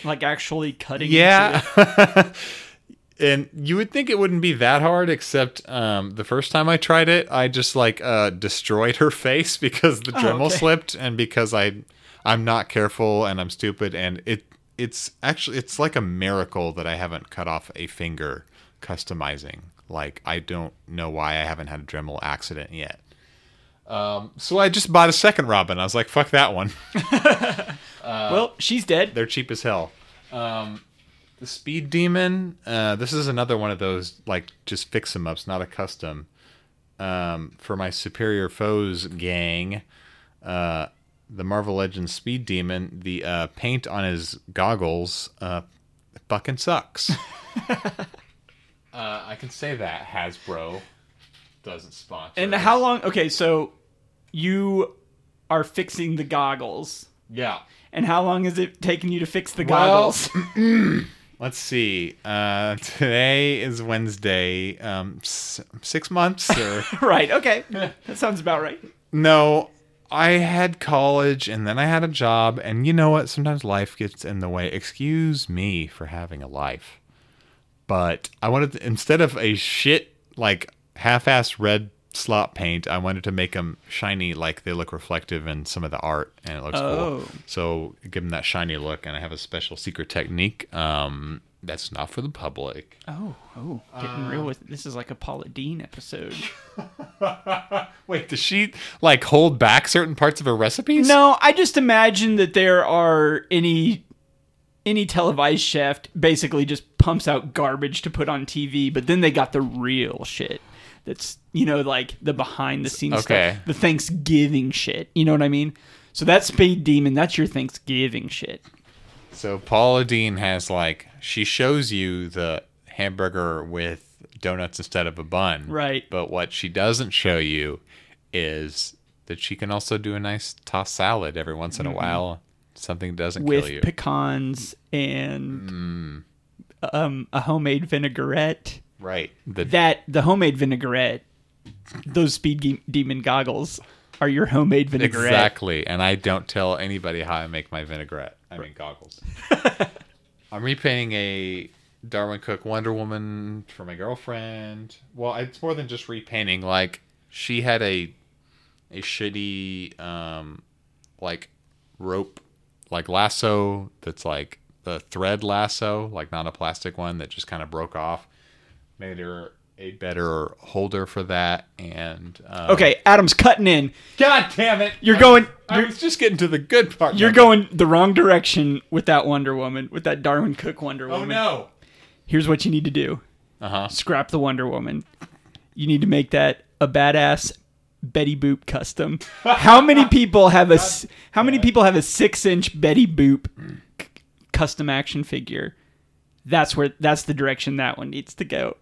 Like actually cutting. into it.
Yeah. and you would think it wouldn't be that hard, except um, the first time I tried it, I just like uh, destroyed her face because the Dremel
Oh, okay.
slipped, and because I I'm not careful and I'm stupid, and it it's actually it's like a miracle that I haven't cut off a finger customizing. Like I don't know why I haven't had a Dremel accident yet. Um, so I just bought a second Robin. I was like, fuck that one.
well, she's dead.
they're cheap as hell. Um, the Speed Demon. Uh, this is another one of those like just fix 'em ups, not a custom. Um, for my superior foes gang, uh, the Marvel Legends Speed Demon. The uh, paint on his goggles uh, fucking sucks. uh, I can say that Hasbro doesn't sponsor.
And
us.
how long? Okay, so you are fixing the goggles.
Yeah.
And how long has it taken you to fix the
Well-
goggles?
Let's see. Uh, today is Wednesday. Um, s- six months or
right. Okay. That sounds about right.
no? I had college and then I had a job, and you know what? Sometimes life gets in the way. Excuse me for having a life, but I wanted to, instead of a shit like half-assed red slop paint, I wanted to make them shiny, like they look reflective in some of the art, and it looks
Oh.
cool. So give them that shiny look, and I have a special secret technique. Um, that's not for the public.
Oh, oh,
Uh,
getting real with this is like a Paula Dean episode.
Wait, does she like hold back certain parts of her recipes?
No, I just imagine that there are any any televised chef basically just pumps out garbage to put on TV, but then they got the real shit. That's you know like the behind the scenes
Okay.
stuff, the Thanksgiving shit. You know what I mean? So that's Spade Demon. That's your Thanksgiving shit.
So Paula Dean has like she shows you the hamburger with donuts instead of a bun.
Right.
But what she doesn't show you is that she can also do a nice tossed salad every once in a while. Something that doesn't
Mm-hmm. With
kill you. Mm.
pecans and um, a homemade vinaigrette.
right. The
That the homemade vinaigrette, those Speed Ge- Demon goggles are your homemade vinaigrette.
Exactly. And I don't tell anybody how I make my vinaigrette. I mean goggles. I'm repainting a Darwin Cook Wonder Woman for my girlfriend. Well, it's more than just repainting. Like she had a a shitty um like rope like lasso that's like the thread lasso, like not a plastic one that just kind of broke off. Made her a better holder for that. And um,
Okay, Adam's cutting in.
God damn it!
You're going-
I was just getting to the good part.
You're going the wrong direction with that Wonder Woman, with that Darwin Cook Wonder Woman.
Oh no.
Here's what you need to do.
Uh huh.
Scrap the Wonder Woman. You need to make that a badass Betty Boop custom. How many people have a s- How many people have a 6-inch Betty Boop c- custom action figure? That's where that's the direction that one needs to go.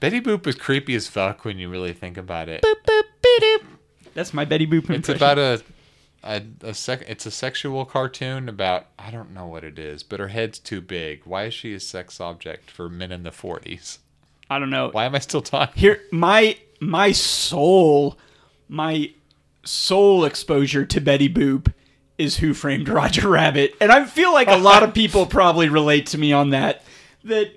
Betty Boop is creepy as fuck when you really think about it.
That's my Betty Boop impression.
It's about a a, a sec, it's a sexual cartoon about I don't know what it is, but her head's too big. Why is she a sex object for men in the 40s?
I don't know.
Why am I still talking?
here my my soul my soul exposure to betty boop is who framed roger rabbit and i feel like a lot of people probably relate to me on that that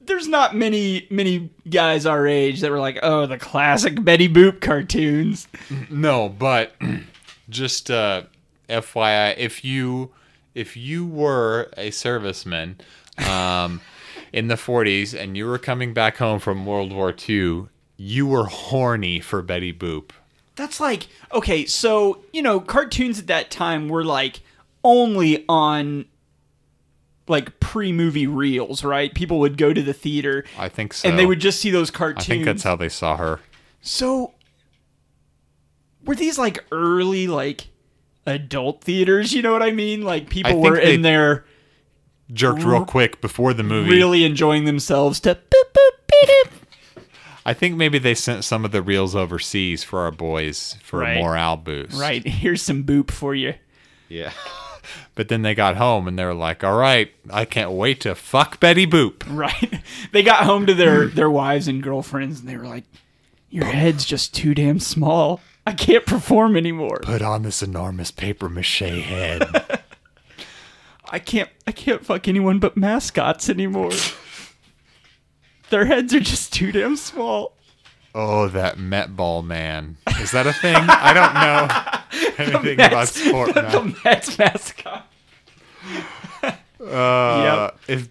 there's not many many guys our age that were like oh the classic betty boop cartoons
No, but just uh, FYI, if you if you were a serviceman um, in the 40s and you were coming back home from World War II, you were horny for Betty Boop.
that's like okay so you know cartoons at that time were like only on like pre-movie reels right people would go to the theater
I think so.
and they would just see those
I
cartoons
think that's how they saw her.
So were these like early like adult theaters, you know what I mean? Like
I
people
think
were
they-
in there
Jerked real quick before the movie.
really enjoying themselves to boop boop beep, boop.
I think maybe they sent some of the reels overseas for our boys for
Right.
a morale boost.
Right, here's some boop for you.
Yeah. But then they got home and they were like, all right, I can't wait to fuck Betty Boop.
Right. They got home to their their wives and girlfriends and they were like your head's just too damn small. I can't perform anymore.
Put on this enormous paper mache head.
I can't I can't fuck anyone but mascots anymore. their heads are just too damn small.
oh, that Met Ball man. Is that a thing? I don't know anything about
Mets-
sport
the,
now.
the Mets mascot.
Uh, If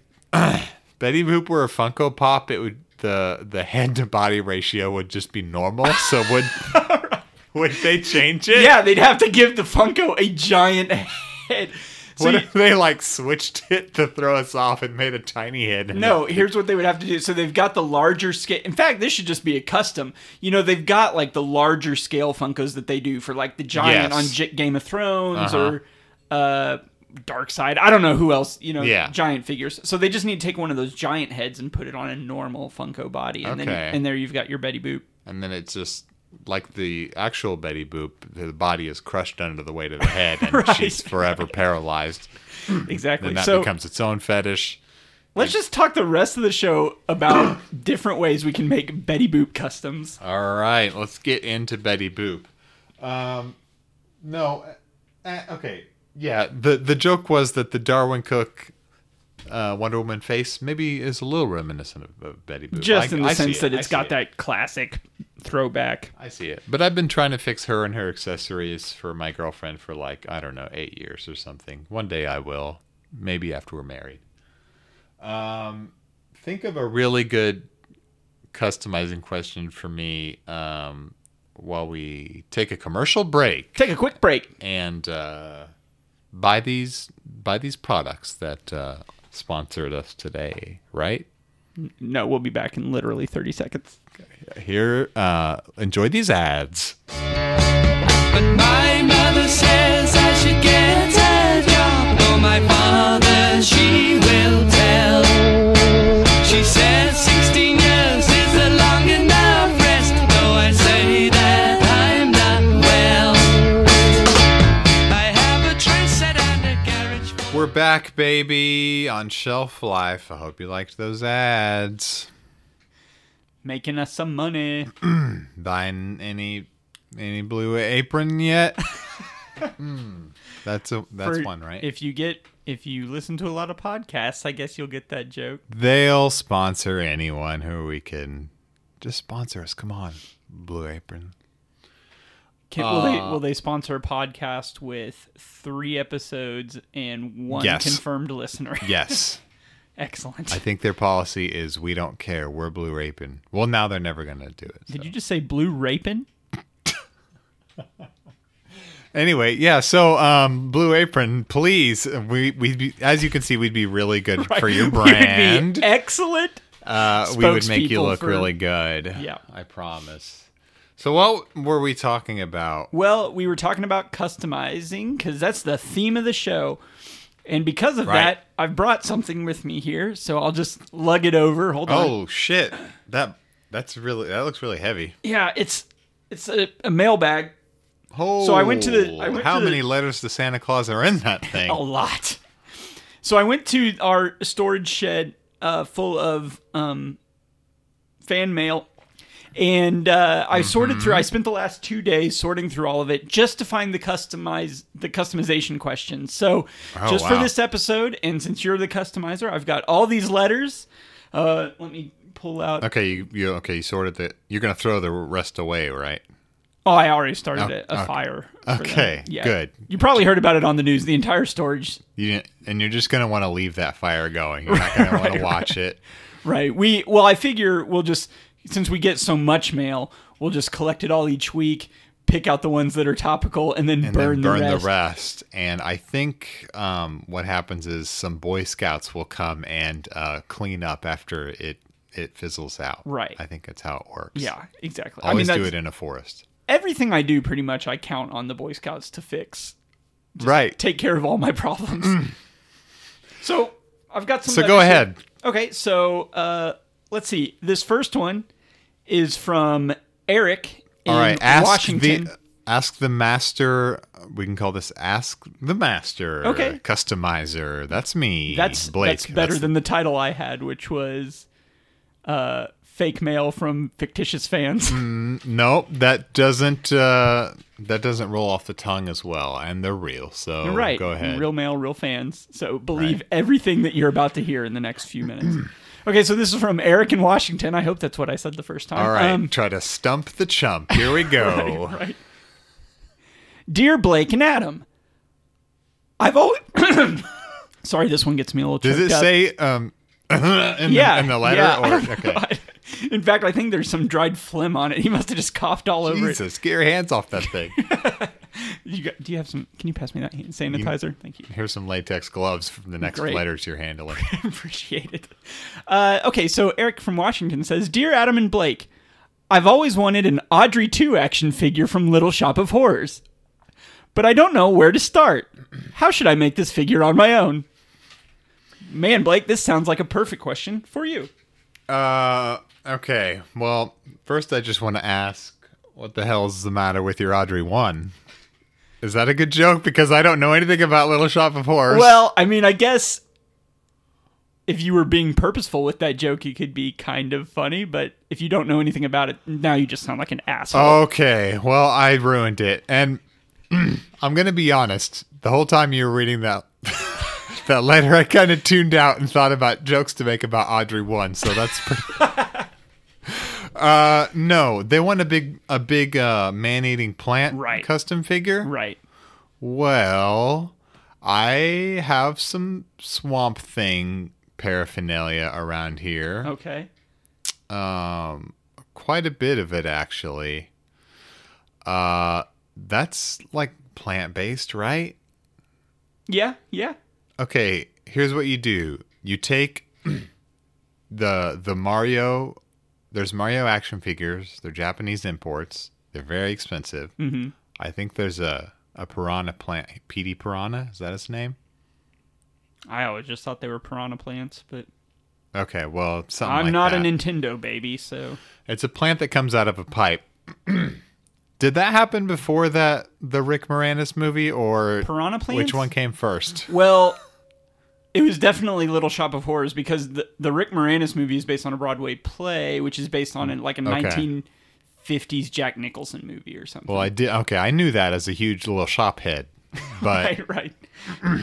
Betty Boop were a Funko Pop, it would the the head to body ratio would just be normal. So would would they change it?
Yeah, they'd have to give the Funko a giant head. So
what
you-
if they like switched it to throw us off and made a tiny head? in
no,
it?
here's what they would have to do. So they've got the larger scale. In fact, this should just be a custom. You know, they've got like the larger scale Funkos that they do for like the giant
Yes.
on J- Game of Thrones
Uh-huh.
or uh, Dark Side. I don't know who else. You know,
Yeah.
giant figures. So they just need to take one of those giant heads and put it on a normal Funko body, and
Okay.
then and there you've got your Betty Boop.
and then it's just like the actual Betty Boop. The body is crushed under the weight of the head, and
Right.
she's forever paralyzed.
Exactly.
Then that
so
becomes its own fetish.
Let's just talk the rest of the show about different ways we can make Betty Boop customs.
All right, let's get into Betty Boop. Um, no, uh, uh, okay, yeah. the The joke was that the Darwin Cook uh, Wonder Woman face maybe is a little reminiscent of, of Betty Boop,
Just
I-
in the
I see
sense
it,
that
I
it's
see
got
it.
that classic throwback.
I see it. But I've been trying to fix her and her accessories for my girlfriend for like, I don't know, eight years or something. One day I will. Maybe after we're married. Um, think of a really good customizing question for me um, while we take a commercial break
Take a quick break.
and uh, buy these buy these products that uh, sponsored us today, right?
No, we'll be back in literally 30 seconds.
Here, uh, enjoy these ads.
But my mother says I should get a job. Oh, my father, she will tell. She says 16 years is a long enough rest. Though I say that I'm not well. I have a train set and a garage. full
We're back, baby, on Shelf Life. I hope you liked those ads.
Making us some money.
Buying any any blue apron yet? Hmm, that's a that's
For-
one, right?
If you get if you listen to a lot of podcasts, I guess you'll get that joke.
They'll sponsor anyone who we can just sponsor us. Come on, Blue Apron.
Can, will they
Uh,
will they sponsor a podcast with 3 episodes and one
Yes.
confirmed listener?
Yes.
Excellent.
I think their policy is we don't care. We're blue raping. Well, now they're never going to do it. so.
Did you just say blue raping?
Anyway, yeah. So, um, Blue Apron, please. We we be, as you can see, we'd be really good for your brand.
Would be excellent.
uh, we would make you
spokespeople
look
for-
really good.
Yeah.
I promise. So, what were we talking about?
Well, we were talking about customizing because that's the theme of the show. And because of
Right.
that, I've brought something with me here. So I'll just lug it over. Hold on.
Oh shit! That that's really that looks really heavy.
Yeah, it's it's a, a mailbag.
Oh,
I went to the- I went
how
to the- Oh.
many letters to Santa Claus are in that thing?
A lot. So I went to our storage shed uh, full of um, fan mail, and uh, I sorted through. I
Mm-hmm.
spent the last two days sorting through all of it just to find the customize the customization questions. So
Oh,
just for
wow.
this episode, and since you're the customizer, I've got all these letters. Uh, let me pull out.
Okay, you, you okay? You sorted the. You're gonna throw the rest away, right?
Oh, I already started
Oh,
a, a
okay.
fire. for them.
Okay, good.
You probably heard about it on the news. The entire storage
You didn't- and you're just gonna want to leave that fire going. You're not gonna want to watch it.
Right. We well, I figure we'll just since we get so much mail, we'll just collect it all each week, pick out the ones that are topical, and then,
and
burn,
then burn
the
the
rest.
rest. And I think um, what happens is some Boy Scouts will come and uh, clean up after it it fizzles out.
Right.
I think that's how it works.
Yeah, exactly.
Always
I mean,
do
that's,
it in a forest.
everything I do, pretty much, I count on the Boy Scouts to fix,
Right.
take care of all my problems. so I've got some.
Mm. So
letters
go
here.
ahead.
Okay, so uh, let's see. This first one is from Eric in
All right. Ask
Washington.
the ask the master. We can call this ask the master.
Okay.
Customizer. That's me.
That's
Blake.
that's better than the title I had, which was uh, "Fake Mail from Fictitious Fans."
Mm, Nope, that doesn't uh, that doesn't roll off the tongue as well, and they're real. So
right,
go ahead.
real mail, real fans. So believe everything that you're about to hear in the next few minutes. okay, so this is from Eric in Washington. I hope that's what I said the first time.
All right,
Um,
try to stump the chump. Here we go.
right. Dear Blake and Adam, I've always. Sorry, this one gets me a little.
Does
choked
it
up.
say um in,
yeah,
the, in the letter?
yeah, I
Or,
don't know.
okay.
In fact, I think there's some dried phlegm on it. He must have just coughed all over it.
Jesus, get your hands off that thing.
You got, do you have some? Can you pass me that hand sanitizer? Thank you.
Here's some latex gloves from the next
Great.
letters you're handling.
Appreciate it. Uh, okay, so Eric from Washington says, "Dear Adam and Blake, I've always wanted an Audrey 2 action figure from Little Shop of Horrors, but I don't know where to start. How should I make this figure on my own?" Man, Blake, this sounds like a perfect question for you.
Uh, okay. Well, first I just want to ask, what the hell's the matter with your Audrey one? Is that a good joke? Because I don't know anything about Little Shop of Horrors.
Well, I mean, I guess if you were being purposeful with that joke, it could be kind of funny. But if you don't know anything about it, now you just sound like an asshole.
Oh. Okay, well, I ruined it, and I'm gonna be honest. The whole time you were reading that that letter, I kind of tuned out and thought about jokes to make about Audrey one. So that's pretty. uh, no, they want a big a big uh, man eating plant
Right.
custom figure.
Right.
Well, I have some swamp thing paraphernalia around here.
Okay.
um quite a bit of it actually uh that's like plant based right
Yeah. Yeah.
okay here's what you do you take the the mario there's mario action figures they're japanese imports they're very expensive mm-hmm. i think there's a a piranha plant pd piranha is that his name
I always just thought they were piranha plants, but
okay well something
I'm
like
not
that.
a Nintendo baby, so
It's a plant that comes out of a pipe. Did that happen before that the Rick Moranis movie or
piranha plants.
which one came first?
Well, it was definitely Little Shop of Horrors because the the Rick Moranis movie is based on a Broadway play, which is based on a, like a
Mm, Okay.
1950s Jack Nicholson movie or something.
Well, I did. Okay, I knew that as a huge little shop head. But
right. Right.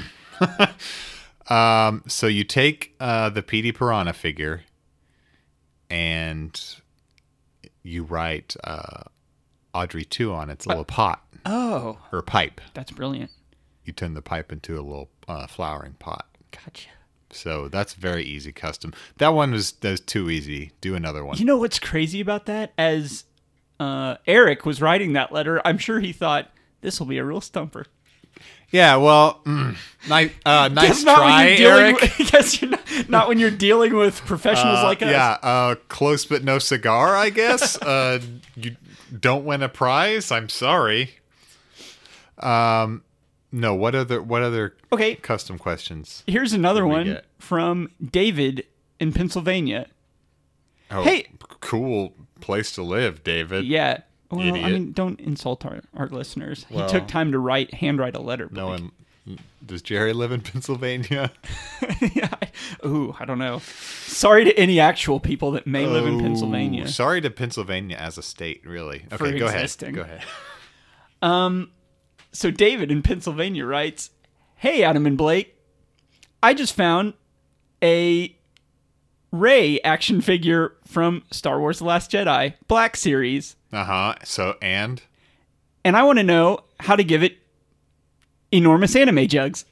um, so you take uh, the PD Piranha figure and you write uh, Audrey 2 on its little pot
Oh,
or pipe.
that's brilliant.
You turn the pipe into a little uh, flowering pot.
Gotcha.
So that's very easy custom. That one was that was too easy. Do another one.
You know what's crazy about that? As uh, Eric was writing that letter, I'm sure he thought this will be a real stumper.
yeah, well, mm, ni- uh, nice
Guess not when
try,
you're dealing
Eric.
With, guess you're not, not when you're dealing with professionals
Uh,
like us.
Yeah, uh, close but no cigar, I guess. uh, you don't win a prize. I'm sorry. Um, no. What other? What other
Okay,
custom questions?
here's another
What do
one
we get?
from David in Pennsylvania.
Oh,
Hey-
cool place to live, David.
Yeah. Oh, Well, I
Idiot.
mean, don't insult our, our listeners.
Well-
he took time to write, handwrite a letter.
No
Blake.
one. Does Jerry live in Pennsylvania?
yeah. I- Ooh, I don't know. Sorry to any actual people that may live in
Oh,
Pennsylvania.
Sorry to Pennsylvania as a state, really. Okay,
For
go
existing.
ahead. Go ahead.
So David in Pennsylvania writes, "Hey Adam and Blake, I just found a Ray action figure from Star Wars: The Last Jedi Black Series,
Uh huh. So and
and I want to know how to give it enormous anime jugs."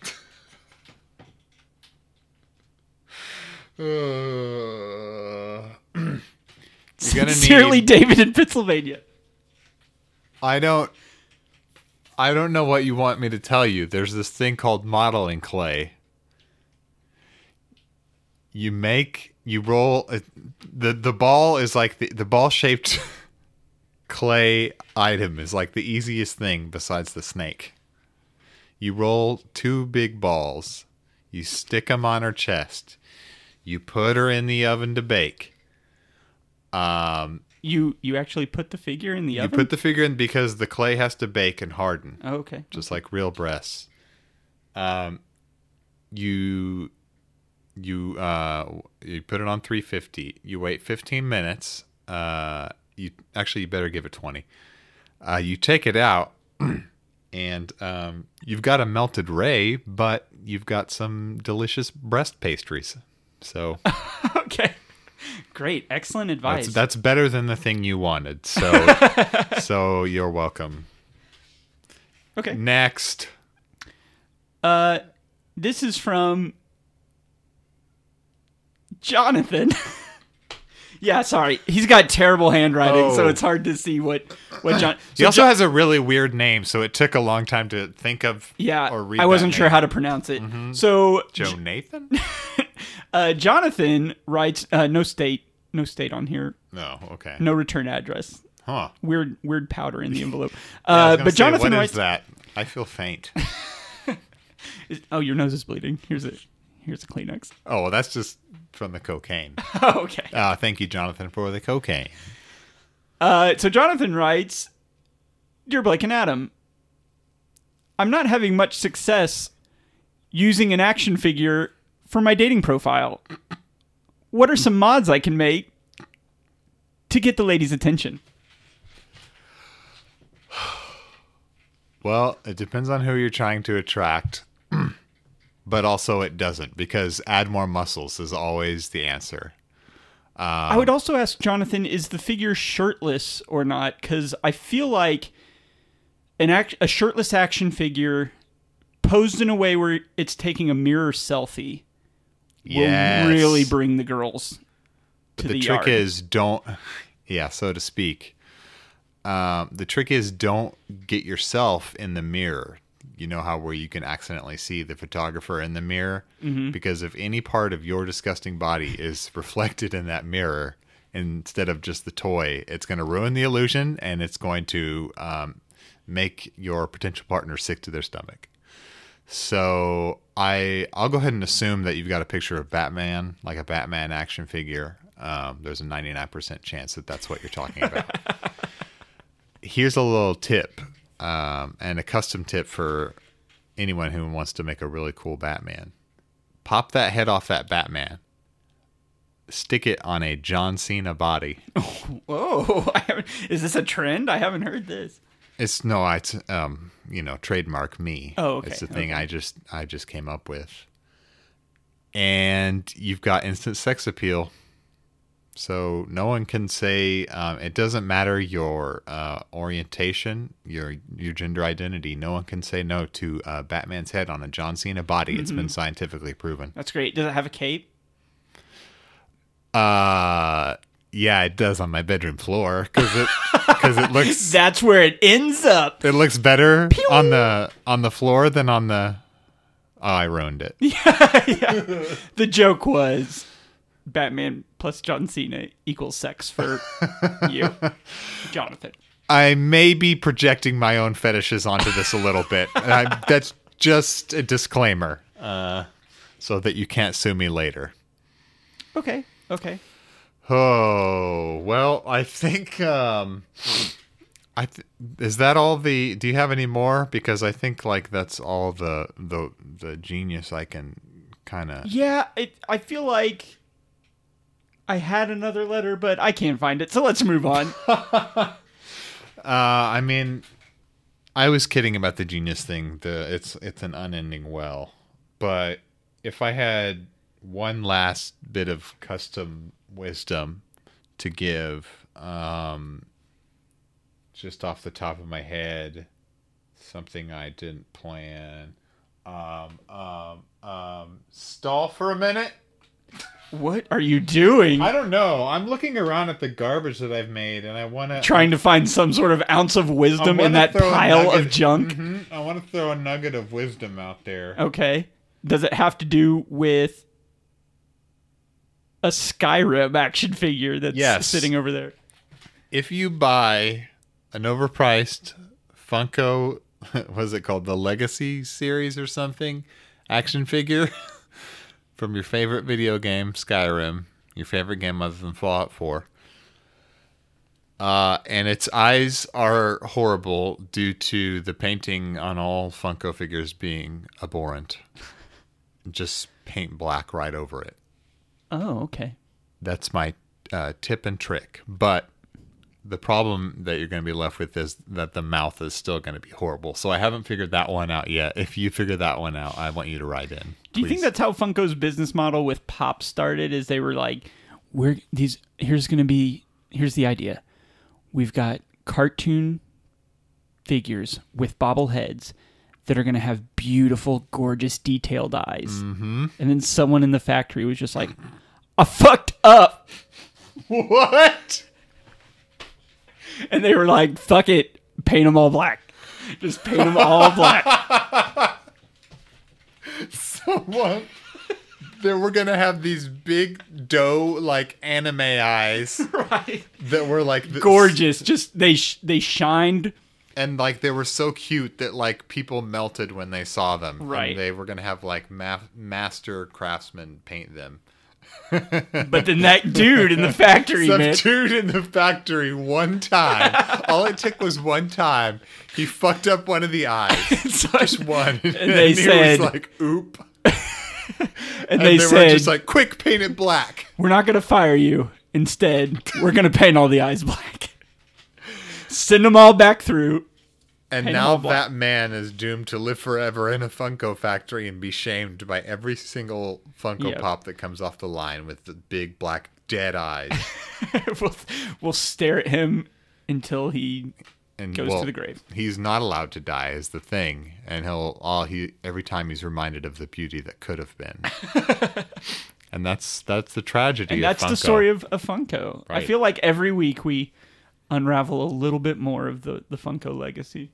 you're gonna
Sincerely,
need.
David in Pennsylvania.
I don't. I don't know what you want me to tell you. There's this thing called modeling clay. You make you roll a, the the ball is like the the ball shaped clay item is like the easiest thing besides the snake. You roll two big balls. You stick them on her chest. You put her in the oven to bake. Um,
You you actually put the figure in the
you
oven.
put the figure in because the clay has to bake and harden,
oh, okay.
just like real breasts. Um, you you uh you put it on 350. You wait 15 minutes. Uh, you actually you better give it 20. Uh, you take it out, and um, you've got a melted ray, but you've got some delicious breast pastries. So
Okay. Great. Excellent advice.
that's, that's better than the thing you wanted. So so you're welcome.
okay.
Next.
Uh, this is from Jonathan. yeah, sorry, he's got terrible handwriting, so
Oh.
it's hard to see what what John.
He
so
also
Jo-
has a really weird name, so it took a long time to think of
yeah,
or read. Mm-hmm.
I wasn't sure how to pronounce it. So
Joe Nathan?
uh, Jonathan writes, uh, "No state, no state on here,
No, okay.
no return address."
Huh.
Weird, weird powder in the envelope.
I was
Uh,
gonna
but
say,
Jonathan
what is
writes,
that? I feel faint.
"Oh, your nose is bleeding. Here's a here's a Kleenex."
Oh, well, that's just from the cocaine.
okay.
Uh, thank you, Jonathan, for the cocaine.
Uh, so Jonathan writes, "Dear Blake and Adam, I'm not having much success using an action figure for my dating profile. What are some mods I can make to get the ladies' attention?"
Well, it depends on who you're trying to attract, but also it doesn't because add more muscles is always the answer.
I would also ask Jonathan, is the figure shirtless or not? Because I feel like an act- a shirtless action figure posed in a way where it's taking a mirror selfie will
Yes.
really bring the girls to
the, trick
yard.
is don't yeah so to speak um, the trick is don't get yourself in the mirror you know how where you can accidentally see the photographer in the mirror
Mm-hmm.
because if any part of your disgusting body is reflected in that mirror instead of just the toy it's going to ruin the illusion and it's going to um, make your potential partner sick to their stomach so I I'll go ahead and assume that you've got a picture of Batman, like a Batman action figure. Um, there's a 99% chance that that's what you're talking about. Here's a little tip, um, and a custom tip for anyone who wants to make a really cool Batman. Pop that head off that Batman. Stick it on a John Cena body.
Whoa! I haven't, is this a trend? I haven't heard this.
It's no, I it's um, you know, trademark me.
Oh, okay,
It's the thing I just I just came up with. And you've got instant sex appeal. So no one can say um, it doesn't matter your uh, orientation, your your gender identity. No one can say no to uh, Batman's head on a John Cena body. It's
Mm-hmm.
been scientifically proven.
That's great. Does it have a cape?
Uh, yeah, it does on my bedroom floor because it because it looks
That's where it ends up.
it looks better on the on the floor than on the. Oh, I ruined it.
The joke was Batman plus John Cena equals sex for you, Jonathan.
I may be projecting my own fetishes onto this a little bit. And I, that's just a disclaimer, uh, so that you can't sue me later.
Okay. Okay.
Oh well, I think um, I th- is that all the. Do you have any more? Because I think like that's all the the the genius I can kind of.
Yeah, it, I feel like I had another letter, but I can't find it. So let's move on.
Uh, I mean, I was kidding about the genius thing. The it's it's an unending well. But if I had one last bit of custom wisdom to give, um, just off the top of my head, something I didn't plan. Um, um, um, stall for a minute.
what are you doing?
I don't know. I'm looking around at the garbage that I've made, and I want to
Trying to find some sort of ounce of wisdom in
wanna
that
throw a
pile of
nugget-
junk. Oh.
Mhm. I want to throw a nugget of wisdom out there.
Okay. Does it have to do with a Skyrim action figure that's
Yes.
sitting over there?
If you buy an overpriced Funko, was it called the Legacy series or something, action figure from your favorite video game, Skyrim, your favorite game other than Fallout 4, uh, and its eyes are horrible due to the painting on all Funko figures being abhorrent. Just paint black right over it.
Oh, okay.
That's my uh, tip and trick. But the problem that you're going to be left with is that the mouth is still going to be horrible. So I haven't figured that one out yet. If you figure that one out, I want you to write in.
Do you think
please.
that's how Funko's business model with pop started? Is they were like, "We're these. Here's gonna be. Here's the idea. We've got cartoon figures with bobbleheads that are gonna have beautiful, gorgeous, detailed eyes." Mm-hmm. And then someone in the factory was just like, "I fucked up,"
what?
and they were like, "Fuck it, paint them all black. Just paint them all black."
Someone. That we're gonna have these big doe like anime eyes
right.
that were like the-
Gorgeous. Just they sh- they shined.
and like they were so cute that like people melted when they saw them. And
Right.
they were gonna have like ma- master craftsmen paint them.
But then that dude in the factory,
Some
man.
dude in the factory one time. All it took was one time. He fucked up one of the eyes. Just one. And,
they
he
said-
was like, oop.
and
And
they,
they,
said,
were just like, quick, paint it black.
"We're not going to fire you. Instead, we're going to paint all the eyes black. Send them all back through."
And
Paint 'em
now
all black.
that man is doomed to live forever in a Funko factory and be shamed by every single Funko
Yep.
Pop that comes off the line with the big black dead eyes.
we'll, we'll stare at him until he.
and
Goes to the grave.
He's not allowed to die is the thing, and he'll all he every time he's reminded of the beauty that could have been. and that's that's the tragedy.
And
of
that's the
Funko.
story of, of Funko. I
Right.
feel like every week we unravel a little bit more of the, the Funko legacy.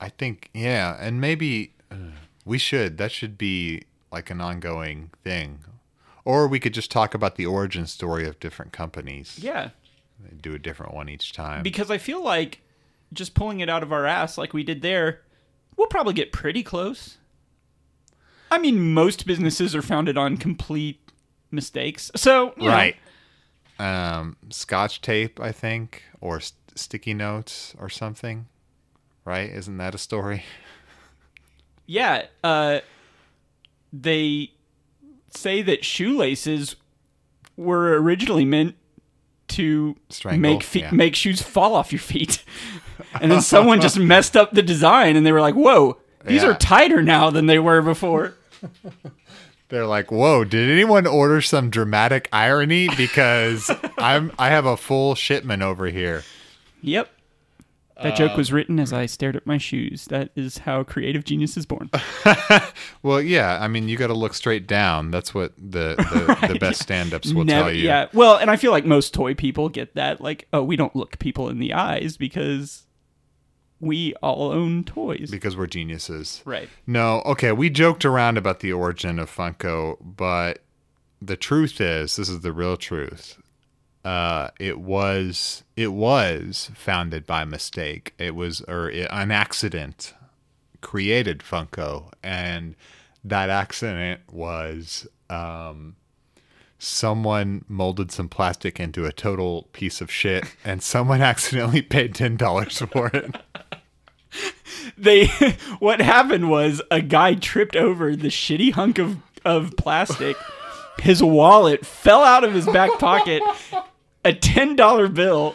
I think yeah, and maybe uh, we should that should be like an ongoing thing, or we could just talk about the origin story of different companies.
Yeah,
and do a different one each time.
because I feel like just pulling it out of our ass like we did there, we'll probably get pretty close. I mean, most businesses are founded on complete mistakes. So, you know,
right. Um, scotch tape, I think, or st- sticky notes or something. Right? Isn't that a story?
yeah, uh, they say that shoelaces were originally meant to
Strangle,
make fe-
yeah.
make shoes fall off your feet, and then someone just messed up the design, and they were like, "Whoa, these
Yeah.
are tighter now than they were before."
They're like, "Whoa! Did anyone order some dramatic irony? Because I'm I have a full shipment over here."
Yep. That joke
Um,
was written as I stared at my shoes. That is how creative genius is born.
Well, yeah. I mean, you got to look straight down. That's what the the, the best stand-ups will
Never-
tell you.
Yeah. Well, and I feel like most toy people get that. Like, oh, we don't look people in the eyes because we all own toys.
Because we're geniuses.
right.
No, okay, we joked around about the origin of Funko, but the truth is, this is the real truth. Uh, it was it was founded by mistake. It was or it, an accident created Funko, and that accident was um, someone molded some plastic into a total piece of shit, and someone accidentally paid ten dollars for it.
They what happened was a guy tripped over the shitty hunk of of plastic. His wallet fell out of his back pocket. A $10 bill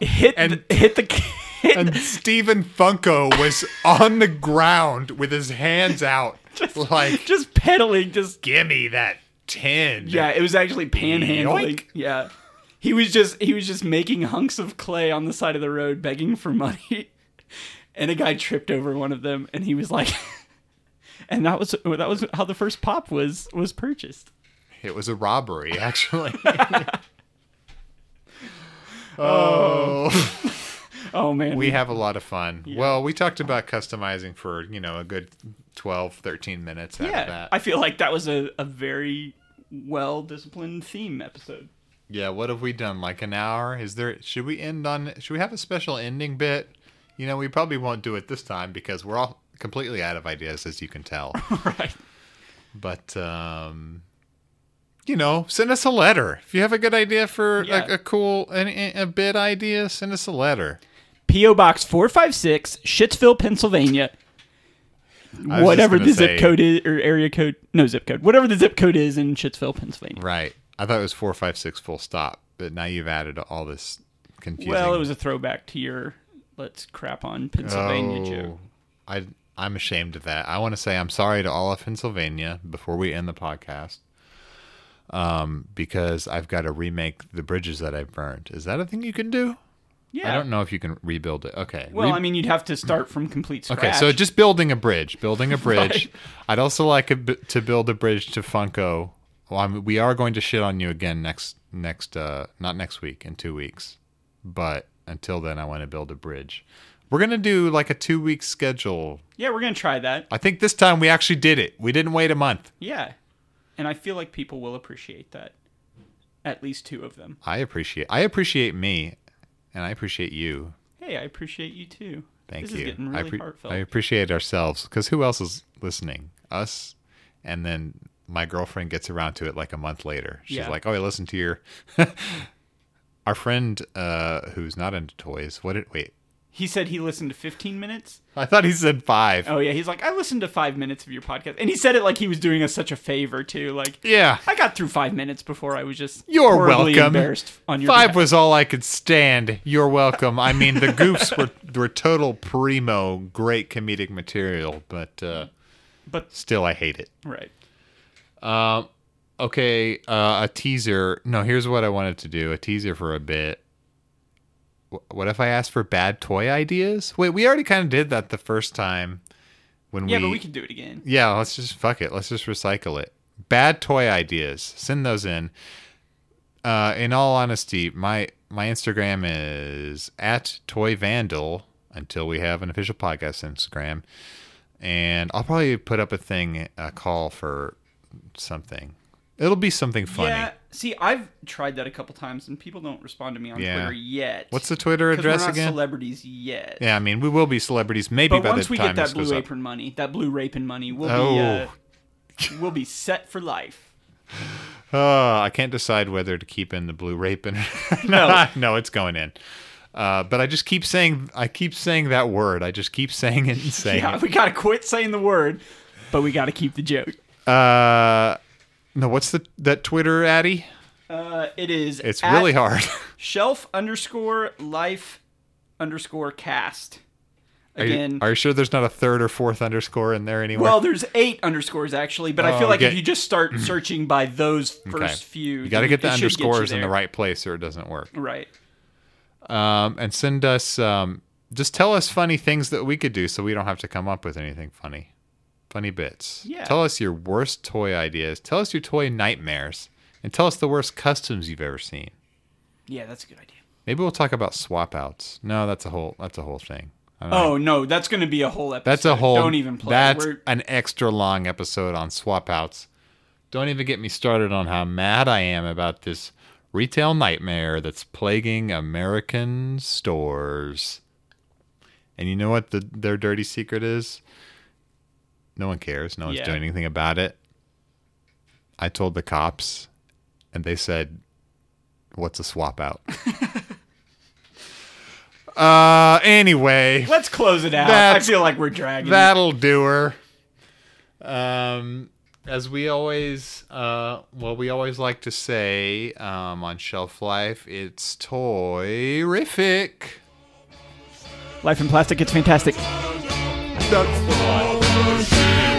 hit
And-
the, hit the hit
and Stephen Funko was on the ground with his hands out, like,
just pedaling just
"Give me that tin."
Yeah, it was actually panhandling.
Yoink.
Yeah. He was just he was just making hunks of clay on the side of the road begging for money. And a guy tripped over one of them and he was like And that was that was how the first pop was was purchased.
it was a robbery, actually. oh,
Oh man.
we have a lot of fun. Well, we talked about customizing for you know a good 12, 13 minutes out of
Yeah.
that.
I feel like that was a, a very well disciplined theme episode.
yeah, what have we done? Like an hour? Is there? Should we end on? Should we have a special ending bit? You know, we probably won't do it this time because we're all completely out of ideas, as you can tell.
right.
but um you know send us a letter if you have a good idea for
Yeah.
a, a cool an, a bid idea send us a letter
PO Box 456, Shittsville, Pennsylvania.
was just
Whatever
gonna
the zip
say-
code is, or area code, no zip code, whatever the zip code is in Shittsville, Pennsylvania.
right i thought it was 456 full stop but now you've added all this confusing
Well, it was a throwback to your let's crap on Pennsylvania joke.
Oh. i i'm ashamed of that i want to say i'm sorry to all of pennsylvania before we end the podcast um because i've got to remake the bridges that i've burned is that a thing you can do
Yeah.
i don't know if you can rebuild it okay
Well,
re-
I mean, you'd have to start from complete scratch.
Okay, so just building a bridge, building a bridge. I'd also like a b to build a bridge to Funko. Well, I'm, we are going to shit on you again next next uh not next week in 2 weeks. But until then I want to build a bridge. We're going to do like a 2 week schedule.
yeah, we're gonna try that.
I think this time we actually did it. We didn't wait a month.
Yeah, and I feel like people will appreciate that. At least two of them.
I appreciate I appreciate me and I appreciate you.
Hey, I appreciate you too.
Thank
this
you.
This is getting
I,
really
appre-
heartfelt.
I appreciate ourselves because who else is listening? Us, and then my girlfriend gets around to it like a month later. She's
Yeah.
like, "Oh, I listened to your our friend uh, who's not into toys. What did wait?
He said he listened to 15 minutes.
I thought he said five.
Oh yeah, he's like, I listened to five minutes of your podcast, and he said it like he was doing us such a favor too. Like,
Yeah,
I got through five minutes before I was just
you're
horribly
welcome.
Embarrassed on your
five
behalf.
was all I could stand. You're welcome. I mean, the goofs were were total primo, great comedic material, but uh,
But-
still, I hate it.
right.
Um, okay, uh, a teaser. No, here's what I wanted to do: a teaser for a bit. Wh- What if I asked for bad toy ideas? Wait, we already kind of did that the first time when
Yeah,
we.
but we could do it again.
Yeah, let's just fuck it. Let's just recycle it. Bad toy ideas. Send those in. Uh, in all honesty, my my Instagram is at toy vandal until we have an official podcast Instagram, and I'll probably put up a thing, a call for something. It'll be something funny.
Yeah. See, I've tried that a couple times, and people don't respond to me on
Yeah.
Twitter yet.
What's the Twitter
'Cause
address
we're not
again?
Celebrities yet.
yeah, I mean we will be celebrities maybe
But
by
once
the
we
time
get that
this goes
blue
up.
apron money, that blue apron money, we'll
Oh.
be uh, we'll be set for life.
Uh, I can't decide whether to keep in the blue rape and
No.
no, it's going in. Uh, but I just keep saying I keep saying that word. I just keep saying it and saying
Yeah, we gotta quit saying the word, but we gotta keep the joke.
it. Uh, no, what's the that Twitter addy?
Uh, it is.
It's
at
really hard.
Shelf underscore life underscore cast.
Are you-
Again,
are you sure there's not a third or fourth underscore in there anywhere?
well, there's eight underscores actually, but I feel
Oh,
like if
okay.
you just start searching by those first few,
You got to
then
get the
it should you
underscores in the
there.
right place or it doesn't work.
Right.
Um, and send us, um, just tell us funny things that we could do so we don't have to come up with anything funny. Funny bits.
Yeah.
Tell us your worst toy ideas. Tell us your toy nightmares. And tell us the worst customs you've ever seen.
Yeah, that's a good idea.
Maybe we'll talk about swap outs. No, that's a whole that's a whole thing. I don't know.
Oh no, that's going to be a whole episode.
That's a whole.
Don't even play.
That's
We're-
an extra long episode on swap outs. Don't even get me started on how mad I am about this retail nightmare that's plaguing American stores. And you know what the, their dirty secret is? No one cares. No one's
Yeah.
doing anything about it. I told the cops, and they said, "What's a swap out?" uh, anyway.
Let's close it out.
That's-
I feel like we're dragging. it.
That'll do her. Um, as we always, uh, well, we always like to say um, on Shelf Life, it's toy-rific.
Life in plastic, it's fantastic.
That's the one.